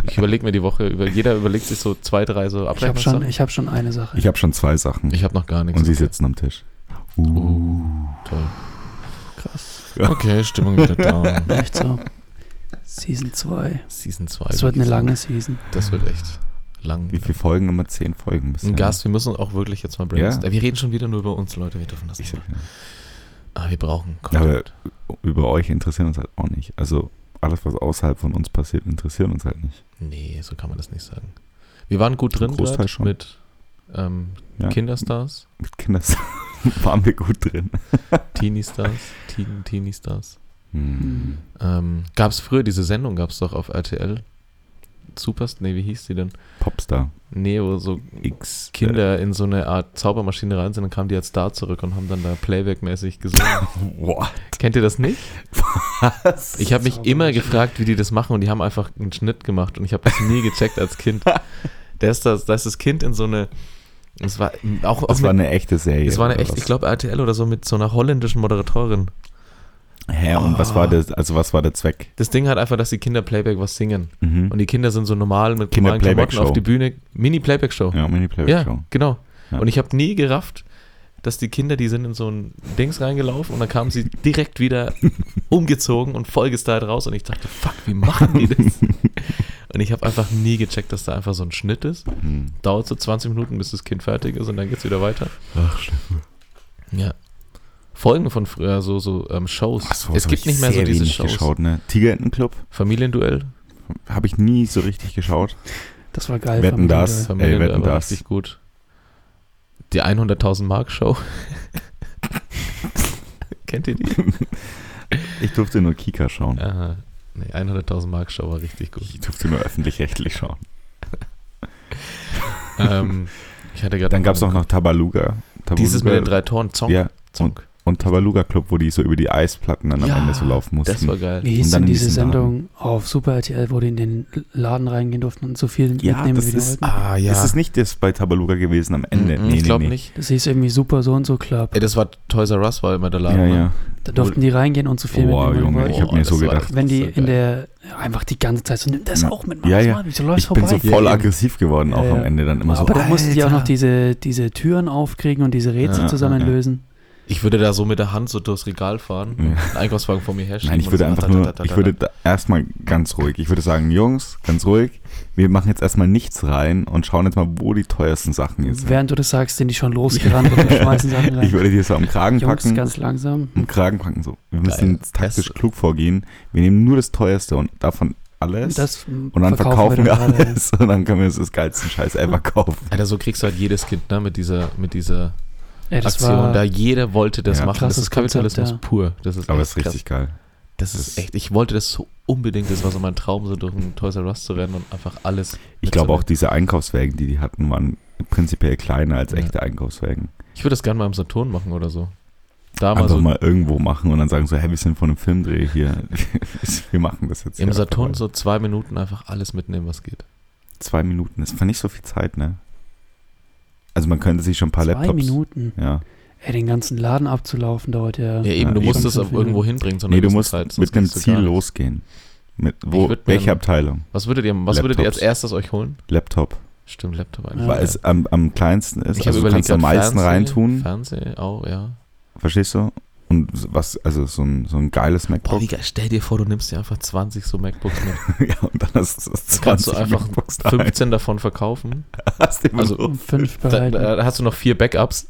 S1: Ich überlege mir die Woche, über, jeder überlegt sich so zwei, drei so
S4: Ich habe schon,
S1: Abrechnungssachen.
S4: ich hab schon eine Sache.
S5: Ich habe schon zwei Sachen.
S1: Ich habe noch gar nichts.
S5: Und sie sitzen am Tisch. Uh.
S1: Toll.
S4: Krass.
S1: Okay, Stimmung wieder down.
S4: Echt so. Season 2.
S1: Season 2.
S4: Das wird eine lange Season.
S1: Das wird echt lang.
S5: Wie viele Folgen? Immer zehn Folgen bisher.
S1: Ein Gast, wir müssen auch wirklich jetzt mal brainstormen. Wir reden schon wieder nur über uns, Leute. Wir dürfen das
S5: Ich
S1: nicht.
S5: sag,
S1: machen.
S5: ja.
S1: Ah, wir brauchen
S5: Aber
S1: Content.
S5: über euch interessieren uns halt auch nicht. Also alles, was außerhalb von uns passiert, interessiert uns halt nicht.
S1: Nee, so kann man das nicht sagen. Wir waren gut drin
S5: Großteil
S1: grad
S5: schon.
S1: mit ähm,
S5: Ja.
S1: Kinderstars,
S5: Mit Kindern waren wir gut drin.
S1: Teenie-Stars, Teen, Teenie-Stars.
S5: Hm.
S1: Ähm, gab es früher diese Sendung, gab es doch auf RTL. Supers, nee, wie hieß die denn?
S5: Popstar
S1: Nee, wo so
S5: X.
S1: Kinder
S5: Äh.
S1: in so eine Art Zaubermaschine rein sind, dann kamen die als Star zurück und haben dann da Playback-mäßig gesungen.
S5: Äh, Boah.
S1: Kennt ihr das nicht? Was? Ich habe mich immer gefragt, wie die das machen und die haben einfach einen Schnitt gemacht und ich habe das nie gecheckt als Kind. Da ist das, da ist das Kind in so eine, es war auch, auch
S5: Das war eine echte Serie.
S1: es war eine
S5: oder
S1: echt,
S5: was?
S1: ich glaube RTL oder so mit so einer holländischen Moderatorin.
S5: Hä, und was war das, also was war der Zweck?
S1: Das Ding hat einfach, dass die Kinder Playback was singen
S5: Mhm.
S1: und die Kinder sind so normal mit normalen Klamotten
S5: Kinder-Playback-Show.
S1: auf die Bühne, Mini-Playback-Show.
S5: ja, Mini-Playback-Show.
S1: Ja, genau.
S5: Ja.
S1: Und ich habe nie gerafft, dass die Kinder, die sind in so ein Dings reingelaufen und dann kamen sie direkt wieder umgezogen und vollgestylt raus und ich dachte, fuck, wie machen die das? und ich habe einfach nie gecheckt, dass da einfach so ein Schnitt ist.
S5: Hm.
S1: Dauert so 20 Minuten, bis das Kind fertig ist und dann geht's wieder weiter.
S5: Ach, Steffen.
S1: Ja. Folgen von früher, so, so ähm, Shows.
S5: Ach so,
S1: es
S5: das hab
S1: gibt
S5: ich
S1: nicht mehr so
S5: sehr
S1: diese
S5: wenig
S1: Shows.
S5: geschaut, ne? Tigerentenclub
S1: Familienduell.
S5: habe ich nie so richtig geschaut.
S4: Das war geil.
S5: Wetten,
S4: Familie.
S5: dass-
S1: Familienduell
S5: Wetten,
S1: war
S5: das.
S1: richtig gut. Die 100.000 Mark Show. Kennt ihr die?
S5: Ich durfte nur Kika schauen.
S1: Aha. Nee, 100.000 Mark Show war richtig gut.
S5: Ich durfte nur öffentlich-rechtlich schauen.
S1: ähm, ich hatte gerade
S5: Dann gab es auch noch Tabaluga. Tabaluga.
S1: dieses mit den drei Toren, Zonk.
S5: Ja,
S1: Zonk.
S5: und Tabaluga Club, wo die so über die Eisplatten dann am
S1: Ja,
S5: Ende so laufen mussten.
S1: Das war geil.
S4: Wie hieß
S5: Und dann
S4: denn
S5: in
S4: diese
S5: diesen
S4: Sendung auf Super RTL, wo die in den Laden reingehen durften und so viel
S5: Ja,
S4: mitnehmen,
S5: das
S4: wie die
S5: ist-
S4: wollten?
S1: Ah ja.
S5: Ist es nicht das bei Tabaluga gewesen am Ende?
S1: Mhm, ich glaube nicht.
S4: Das hieß irgendwie Super so und so Club.
S1: Ey, das war Toys R Us war immer der Laden.
S5: Ja,
S1: ne?
S5: ja.
S4: Da durften die reingehen und so viel
S5: Boah,
S4: mitnehmen. wie die
S5: Junge,
S4: wollten.
S5: ich habe
S1: Boah,
S5: mir so
S1: das war-
S5: gedacht,
S4: Wenn die
S1: Das ist so
S4: in der, einfach die ganze Zeit so, nimm das
S5: Ja.
S4: auch mit, mach
S5: Ja,
S4: das
S5: ja.
S4: mal, wieso läufst
S5: ich
S4: vorbei?
S5: bin so voll aggressiv geworden, auch
S4: Ja, ja.
S5: am Ende dann immer so.
S4: aber da mussten die auch noch
S5: Alter.
S4: diese, diese Türen aufkriegen und diese Rätsel
S5: Ja, ja,
S4: zusammenlösen.
S1: Ich würde da so mit der Hand so durchs Regal fahren,
S5: Ja.
S1: einen Einkaufswagen vor mir herschieben.
S5: Nein, ich
S1: und
S5: würde
S1: so
S5: einfach
S1: da, da,
S5: nur,
S1: da, da,
S5: ich
S1: da,
S5: würde
S1: da.
S5: da erstmal ganz ruhig, ich würde sagen, Jungs, ganz ruhig, wir machen jetzt erstmal nichts rein und schauen jetzt mal, wo die teuersten Sachen jetzt sind.
S4: Während du das sagst, sind die schon losgerannt und schmeißen Sachen
S5: Ich
S4: rein.
S5: würde dir so am Kragen
S4: Jungs,
S5: packen,
S4: ganz langsam.
S5: am Kragen packen, so. Wir
S1: Geil.
S5: müssen jetzt taktisch
S1: Das-
S5: klug vorgehen, wir nehmen nur das teuerste und davon alles
S4: Das
S5: und dann verkaufen wir
S4: gerade.
S5: alles und dann können wir uns das geilste Scheiß ever kaufen.
S1: Alter, so kriegst du halt jedes Kind, ne, mit dieser, mit dieser
S4: Ey, das
S1: Aktion. Da
S4: war,
S1: jeder wollte das
S5: Ja.
S1: machen. Das
S4: Krasses
S1: ist Kapitalismus
S4: Konzept,
S1: pur. Das ist
S5: Aber
S1: echt
S5: es ist richtig geil.
S1: krass. Das ist echt, ich wollte das so unbedingt, das war so mein Traum, so durch ein Toys R Us zu rennen und einfach alles.
S5: Ich glaube
S1: mitzunehmen.
S5: auch diese Einkaufswägen, die die hatten, waren prinzipiell kleiner als
S1: Ja.
S5: echte Einkaufswägen.
S1: Ich würde das gerne mal im Saturn machen oder so. Da mal
S5: Einfach
S1: so
S5: mal irgendwo machen und dann sagen so, hey, wir sind von einem Filmdreh hier. wir machen das jetzt.
S1: im
S5: hier
S1: Saturn
S5: einfach
S1: so zwei Minuten einfach alles mitnehmen, was geht.
S5: mal. Zwei Minuten, das war nicht so viel Zeit, ne? Also man könnte sich schon ein paar
S4: zwei
S5: Laptops...
S4: Minuten.
S5: Ja.
S4: Ey, den ganzen Laden abzulaufen dauert ja.
S1: Ja, eben,
S5: Ja,
S1: du
S5: eben.
S1: musst es
S4: Fünf
S1: auch irgendwo
S4: Minuten.
S1: hinbringen. zu einer
S5: Nee, du
S1: gewissen
S5: musst
S1: Zeit, sonst
S5: mit einem
S1: kriegst du
S5: Ziel
S1: gar nichts.
S5: losgehen. Mit wo,
S1: Ich würd mir
S5: welche
S1: einen-
S5: Abteilung?
S1: Was würdet ihr, was würdet ihr als
S5: Laptops.
S1: erstes euch holen?
S5: Laptop.
S1: Stimmt, Laptop eigentlich.
S4: Ja.
S5: Weil
S1: geil.
S5: es am, am kleinsten ist.
S1: hab
S5: also du kannst am
S1: gerade
S5: meisten reintun.
S1: Fernseh auch, ja.
S5: Verstehst du? Und was, also so ein, so ein geiles
S1: Boah,
S5: MacBook.
S1: wie geil. Stell dir vor, du nimmst dir einfach 20 so MacBooks mit.
S5: ja, und dann hast du das 20
S1: Kannst du einfach
S5: MacBooks da.
S1: 15 davon verkaufen.
S5: Hast du immer
S1: also-
S5: so.
S4: Um fünf
S1: Da,
S4: behalten.
S1: da hast du noch vier Backups.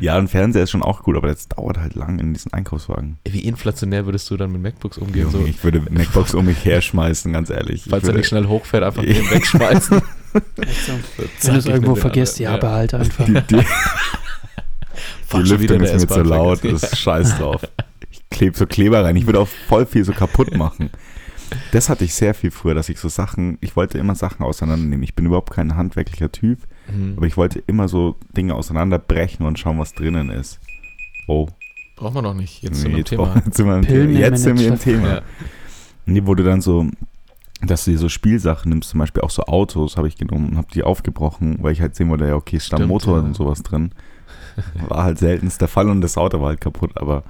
S5: Ja, ein Fernseher ist schon auch gut, aber das dauert halt lang in diesen Einkaufswagen.
S1: Ey, Wie inflationär würdest du dann mit MacBooks umgehen? So,
S5: Junge, Ich würde MacBooks um mich herschmeißen, ganz ehrlich.
S1: falls er
S5: ich würde,
S1: nicht schnell hochfährt, einfach
S5: Ja.
S1: den wegschmeißen.
S4: Echt so.
S1: Zack,
S4: Wenn du
S1: ich
S4: es
S1: nehm
S4: irgendwo
S1: den
S4: vergisst,
S1: anderen.
S4: ja, behalt einfach.
S5: die, die, die
S1: Fuck, schon wieder
S5: Lüftung
S1: in
S5: ist
S1: der
S5: mir zu
S1: S-Bahn
S5: laut,
S1: vergessen.
S5: das ist scheiß drauf. Ich klebe so Kleber rein, ich würde auch voll viel so kaputt machen. Das hatte ich sehr viel früher, dass ich so Sachen, ich wollte immer Sachen auseinandernehmen. Ich bin überhaupt kein handwerklicher Typ,
S1: Mhm.
S5: aber ich wollte immer so Dinge auseinanderbrechen und schauen, was drinnen ist. Oh,
S1: Brauchen wir noch nicht. Jetzt zu
S5: nee,
S1: dem
S5: jetzt,
S1: Thema.
S5: brauchen wir- jetzt sind wir im Thema.
S4: Pillen im
S5: Jetzt sind wir im
S4: Manager.
S5: Thema.
S1: Ja.
S5: Nee, wo du dann so, dass du dir so Spielsachen nimmst, zum Beispiel auch so Autos habe ich genommen und habe die aufgebrochen, weil ich halt sehen wollte, ja, okay, ist da ein
S1: Stimmt,
S5: Motor
S1: ja.
S5: und sowas drin. War halt seltenst der Fall und das Auto war halt kaputt, aber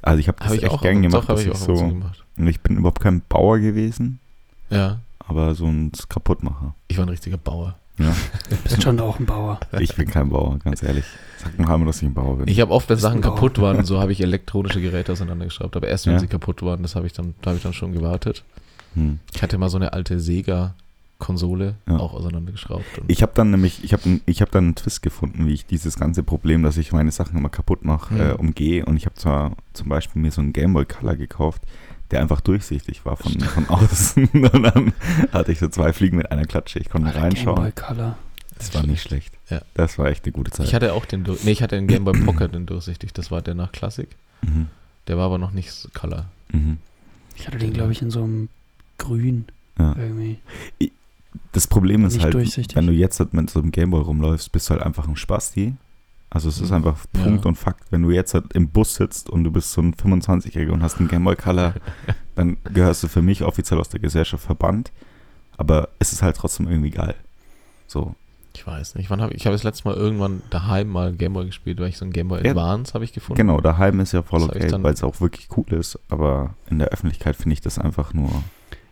S5: also ich habe das
S1: Habe ich
S5: echt
S1: auch
S5: gern
S1: doch,
S5: gemacht,
S1: hab
S5: dass
S1: ich
S5: ich,
S1: auch so
S5: so,
S1: gemacht.
S5: ich bin überhaupt kein Bauer gewesen,
S1: Ja,
S5: aber so ein Kaputtmacher.
S1: ich war ein richtiger Bauer.
S4: Du bist schon auch ein Bauer.
S5: Ich bin kein Bauer, ganz ehrlich. Sag mal, dass ich ein Bauer bin.
S1: Ich habe oft, wenn
S4: Bist
S1: Sachen
S4: ein Bauer.
S1: kaputt waren, und so habe ich elektronische Geräte auseinandergeschraubt. Aber erst wenn
S5: Ja.
S1: sie kaputt waren, das habe ich dann, da habe ich dann schon gewartet.
S5: hm.
S1: Ich hatte mal so eine alte Sega-Konsole
S5: Ja.
S1: auch auseinandergeschraubt. Und
S5: Ich habe dann nämlich, ich habe ich hab dann einen Twist gefunden, wie ich dieses ganze Problem, dass ich meine Sachen immer kaputt mache,
S1: Mhm.
S5: äh, umgehe. Und ich habe zwar zum Beispiel mir so einen Game Boy Color gekauft, der einfach durchsichtig war von, von außen. Und dann hatte ich so zwei Fliegen mit einer Klatsche. Ich konnte
S4: Gameboy
S5: reinschauen.
S4: Color.
S5: Das war nicht schlecht.
S1: Ja.
S5: Das war echt eine gute Zeit.
S1: ich hatte auch den, Dur- nee, ich hatte den Game Boy Pocket, den durchsichtig. Das war der nach Klassik.
S5: mhm.
S1: Der war aber noch nicht so Color.
S5: Mhm.
S4: Ich hatte den, glaube ich, in so einem grün
S5: Ja.
S4: irgendwie.
S5: Das Problem ist
S4: Nicht
S5: halt,
S4: durchsichtig.
S5: wenn du jetzt halt mit so einem Gameboy rumläufst, bist du halt einfach ein Spasti. Also es ist
S1: Mhm.
S5: einfach Punkt
S1: Ja.
S5: und Fakt. Wenn du jetzt halt im Bus sitzt und du bist so ein 25-Jähriger und hast einen Gameboy Color, dann gehörst du für mich offiziell aus der Gesellschaft verbannt. Aber es ist halt trotzdem irgendwie geil. So.
S1: Ich weiß nicht, wann habe ich, ich habe das letzte Mal irgendwann daheim mal Gameboy gespielt, weil ich so ein Gameboy
S5: Ja.
S1: Advance habe ich gefunden.
S5: Genau, daheim ist ja voll
S1: Das hab ich
S5: okay,
S1: dann-
S5: weil es auch wirklich cool ist. Aber in der Öffentlichkeit finde ich das einfach nur.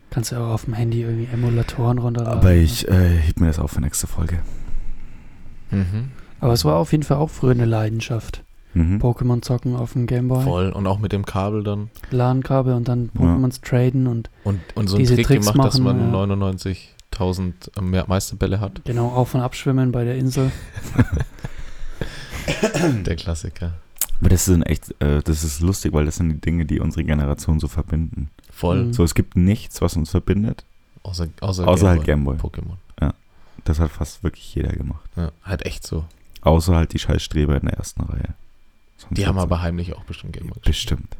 S4: Kannst du auch auf dem Handy irgendwie Emulatoren
S1: Ah.
S4: runterladen.
S5: Aber ich äh, heb mir das auf für nächste Folge.
S1: Mhm.
S4: Aber es war auf jeden Fall auch früher eine Leidenschaft.
S5: Mhm.
S4: Pokémon zocken auf dem Gameboy,
S1: Voll. Und auch mit dem Kabel dann.
S4: LAN-Kabel und dann Pokémons traden und
S1: Und, und so einen
S4: Diese
S1: Trick
S4: Tricks
S1: gemacht, dass man
S4: machen, ja.
S1: 99.000 mehr Meisterbälle hat.
S4: genau auf- und abschwimmen bei der Insel.
S5: Hm.
S1: Der Klassiker.
S5: Aber das sind echt, äh, das ist lustig, weil das sind die Dinge, die unsere Generation so verbinden.
S1: Voll.
S4: Mhm.
S5: So, es gibt nichts, was uns verbindet,
S1: Außer, außer,
S5: außer halt
S1: Gameboy.
S5: Gameboy.
S1: Pokémon.
S5: Das hat fast wirklich jeder gemacht.
S1: Ja, halt echt so.
S5: Außer halt die Scheißstreber in der ersten Reihe. Sonst
S1: Die haben
S5: hat's-
S1: aber heimlich auch bestimmt Gameboy gespielt.
S5: Bestimmt.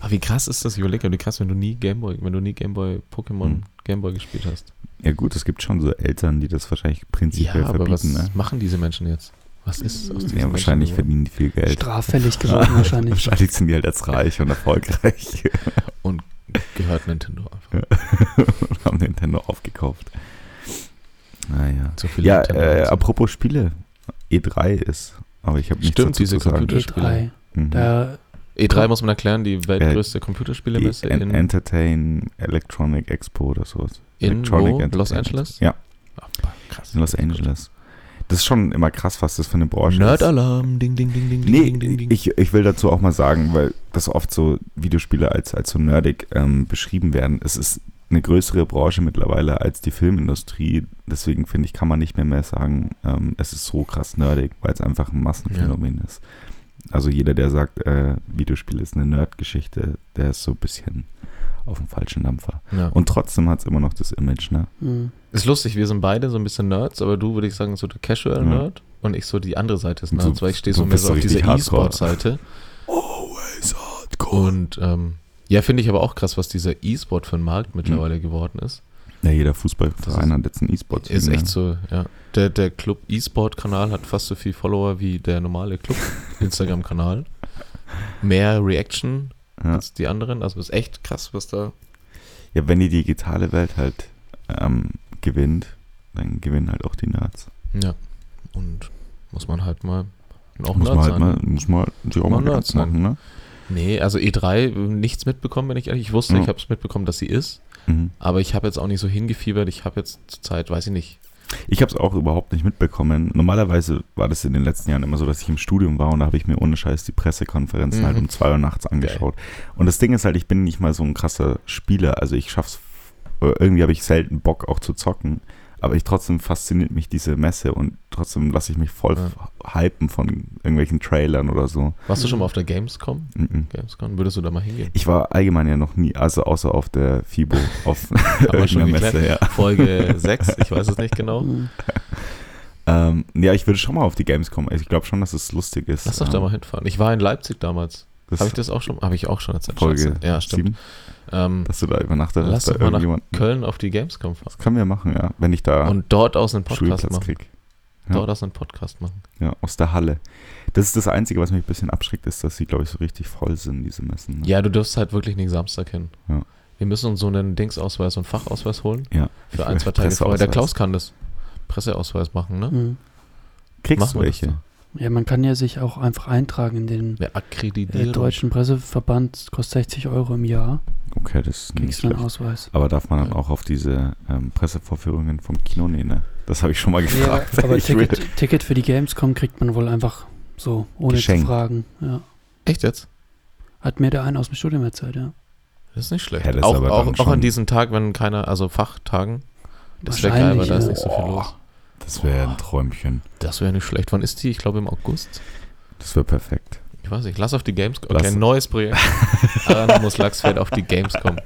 S1: Aber wie krass ist das? Überleg mal, wie krass, wenn du nie Gameboy, wenn du nie Gameboy, Pokémon,
S5: Mhm.
S1: Gameboy gespielt hast.
S5: Ja, gut, es gibt schon so Eltern, die das wahrscheinlich prinzipiell
S1: ja, aber was
S5: verbieten, ne?
S1: machen diese Menschen jetzt? Was ist aus diesen
S5: Ja, wahrscheinlich
S1: Menschen geworden?
S5: verdienen die viel Geld.
S4: Straffällig geworden wahrscheinlich.
S5: wahrscheinlich sind die halt als reich und erfolgreich
S1: gehört Nintendo einfach.
S5: und haben Nintendo aufgekauft. Naja.
S1: So viele
S5: Ja,
S1: Nintendo
S5: äh,
S1: hat's.
S5: apropos Spiele. E3 ist, aber ich habe nichts
S1: Stimmt,
S5: dazu
S1: diese
S5: zu sagen.
S1: Computer-
S4: E3.
S1: Videospiele.
S5: Mhm.
S4: Da,
S1: E3 E muss man erklären, die weltgrößte Computerspielemesse
S5: Die en
S1: in,
S5: Entertain Electronic Expo oder sowas.
S1: in wo?
S5: Entertainment.
S1: Los Angeles?
S5: Ja,
S1: Ah, bah, krass.
S5: in Los Angeles. Das ist schon immer krass, was das für eine Branche
S1: Nerd
S5: ist.
S1: Alarm, ding, ding, ding, ding,
S5: Nee,
S1: ding, ding, ding.
S5: ich, ich will dazu auch mal sagen, weil das oft so Videospiele als, als so nerdig ähm, beschrieben werden. Es ist eine größere Branche mittlerweile als die Filmindustrie. Deswegen finde ich, kann man nicht mehr mehr sagen, ähm, es ist so krass nerdig, weil es einfach ein Massenphänomen ist. Also jeder, der sagt, äh, Videospiel ist eine Nerdgeschichte, der ist so ein bisschen auf dem falschen Dampfer.
S1: ja.
S5: Und trotzdem hat es immer noch das Image, ne?
S4: mh.
S1: Ist lustig, wir sind beide so ein bisschen Nerds, aber du würde ich sagen, so der Casual
S5: Ja.
S1: Nerd und ich so die andere Seite des
S5: Du-
S1: Nerds, weil ich stehe
S5: du
S1: so mehr
S5: bist
S1: so
S5: Mhm. so
S1: auf
S5: richtig
S1: dieser
S5: hardcore.
S1: E-Sport-Seite. Always hardcore. Und ähm, ja, finde ich aber auch krass, was dieser E-Sport für ein Markt
S5: Mhm.
S1: mittlerweile geworden ist.
S5: Ja, jeder Fußballverein
S1: Das
S5: hat jetzt einen ne? E-Sport.
S1: Ist echt so, ja. Der, der Club E-Sport-Kanal hat fast so viel Follower wie der normale Club-Instagram-Kanal. Mehr Reaction
S5: Ja.
S1: als die anderen. Also ist echt krass, was da.
S5: ja, wenn die digitale Welt halt ähm, gewinnt, dann gewinnen halt auch die Nerds.
S1: Ja. Und muss man halt mal auch
S5: muss,
S1: Nerd
S5: man halt
S1: sein.
S5: mal, muss man sich auch
S1: Mal
S5: mal
S1: Nerd
S5: Nerds machen, ne?
S1: Nee, also E3 nichts mitbekommen, wenn ich ehrlich. Ich wusste,
S5: Ja.
S1: ich habe es mitbekommen, dass sie ist,
S5: Mhm.
S1: aber ich habe jetzt auch nicht so hingefiebert. Ich habe jetzt zur Zeit, weiß ich nicht.
S5: Ich habe es auch überhaupt nicht mitbekommen. Normalerweise war das in den letzten Jahren immer so, dass ich im Studium war und da habe ich mir ohne Scheiß die Pressekonferenzen
S1: Mhm.
S5: halt um zwei Uhr nachts angeschaut. Und das Ding ist halt, ich bin nicht mal so ein krasser Spieler. Also ich schaff's, äh, irgendwie habe ich selten Bock auch zu zocken. Aber ich trotzdem fasziniert mich diese Messe und trotzdem lasse ich mich voll
S1: Ja.
S5: f- hypen von irgendwelchen Trailern oder so.
S1: Warst du schon mal auf der Gamescom?
S5: Mhm.
S1: Gamescom, würdest du da mal hingehen?
S5: Ich war allgemein ja noch nie, also außer auf der FIBO, auf
S1: Haben wir schon
S5: irgendeiner Messe,
S1: geklärt.
S5: ja.
S1: Folge 6, ich weiß es nicht genau.
S4: Mh.
S5: Ähm, ja, ich würde schon mal auf die Gamescom. Also ich glaube schon, dass es lustig ist.
S1: Lass doch da
S5: Ähm,
S1: mal hinfahren. Ich war in Leipzig damals.
S5: das-
S1: Habe ich das auch schon? Habe ich auch schon erzählt.
S5: Folge
S1: Scheiße. Ja, stimmt.
S5: Sieben,
S1: Ähm,
S5: dass du da übernachtet
S1: Lass
S5: hast.
S1: doch
S5: bei
S1: mal nach
S5: irgendjemand.
S1: Köln auf die Gamescom fahren.
S5: Das können wir machen, ja. Wenn ich da einen
S1: Und dort aus einem Podcast
S5: Schulplatz
S1: machen.
S5: krieg. ja.
S1: Dort aus einem Podcast machen.
S5: Ja, aus der Halle. Das ist das Einzige, was mich ein bisschen abschreckt, ist, dass sie, glaube ich, so richtig voll sind, diese Messen. Ne?
S1: Ja, du dürfst halt wirklich nicht Samstag hin.
S5: Ja.
S1: Wir müssen uns so einen Dingsausweis, so einen Fachausweis holen.
S5: Ja.
S1: Für ein, zwei Tage vorher.
S5: Presseausweis. Hm.
S1: Der Klaus kann das. Presseausweis machen, ne?
S4: Mh.
S5: Kriegst
S1: Machen
S5: du
S1: wir
S5: welche?
S4: Ja, man kann ja sich auch einfach eintragen in den
S1: Der
S4: äh,
S1: akkreditiert.
S4: deutschen Presseverband, kostet 60 Euro im Jahr,
S5: Okay, das ist
S1: Mhm.
S5: nicht
S4: kriegst du einen
S5: schlecht.
S4: Ausweis.
S5: Aber darf man dann
S1: Ja.
S5: auch auf diese ähm, Pressevorführungen vom Kino? Nee, ne? Das habe ich schon mal gefragt.
S4: aber
S5: ich will,
S4: Ticket, Ticket für die Gamescom kriegt man wohl einfach so, ohne
S5: Geschenkt.
S4: zu fragen. Ja.
S1: Echt jetzt?
S4: Hat mir der eine aus dem Studium erzählt, ja.
S1: Das ist nicht schlecht.
S5: Ja, das ist
S1: auch,
S5: aber dann
S1: auch, auch
S5: schon-
S1: an diesem Tag, wenn keiner, also Fachtagen, das wäre geil, weil da ist nicht so viel los.
S5: das wäre ein Träumchen.
S1: Das wäre nicht schlecht. Wann ist die? Ich glaube im August.
S5: Das wäre perfekt.
S1: Ich weiß nicht. Lass auf die Gamescom. Okay,
S5: Lass-
S1: neues Projekt. Aranomus Lachs fährt auf die Gamescom.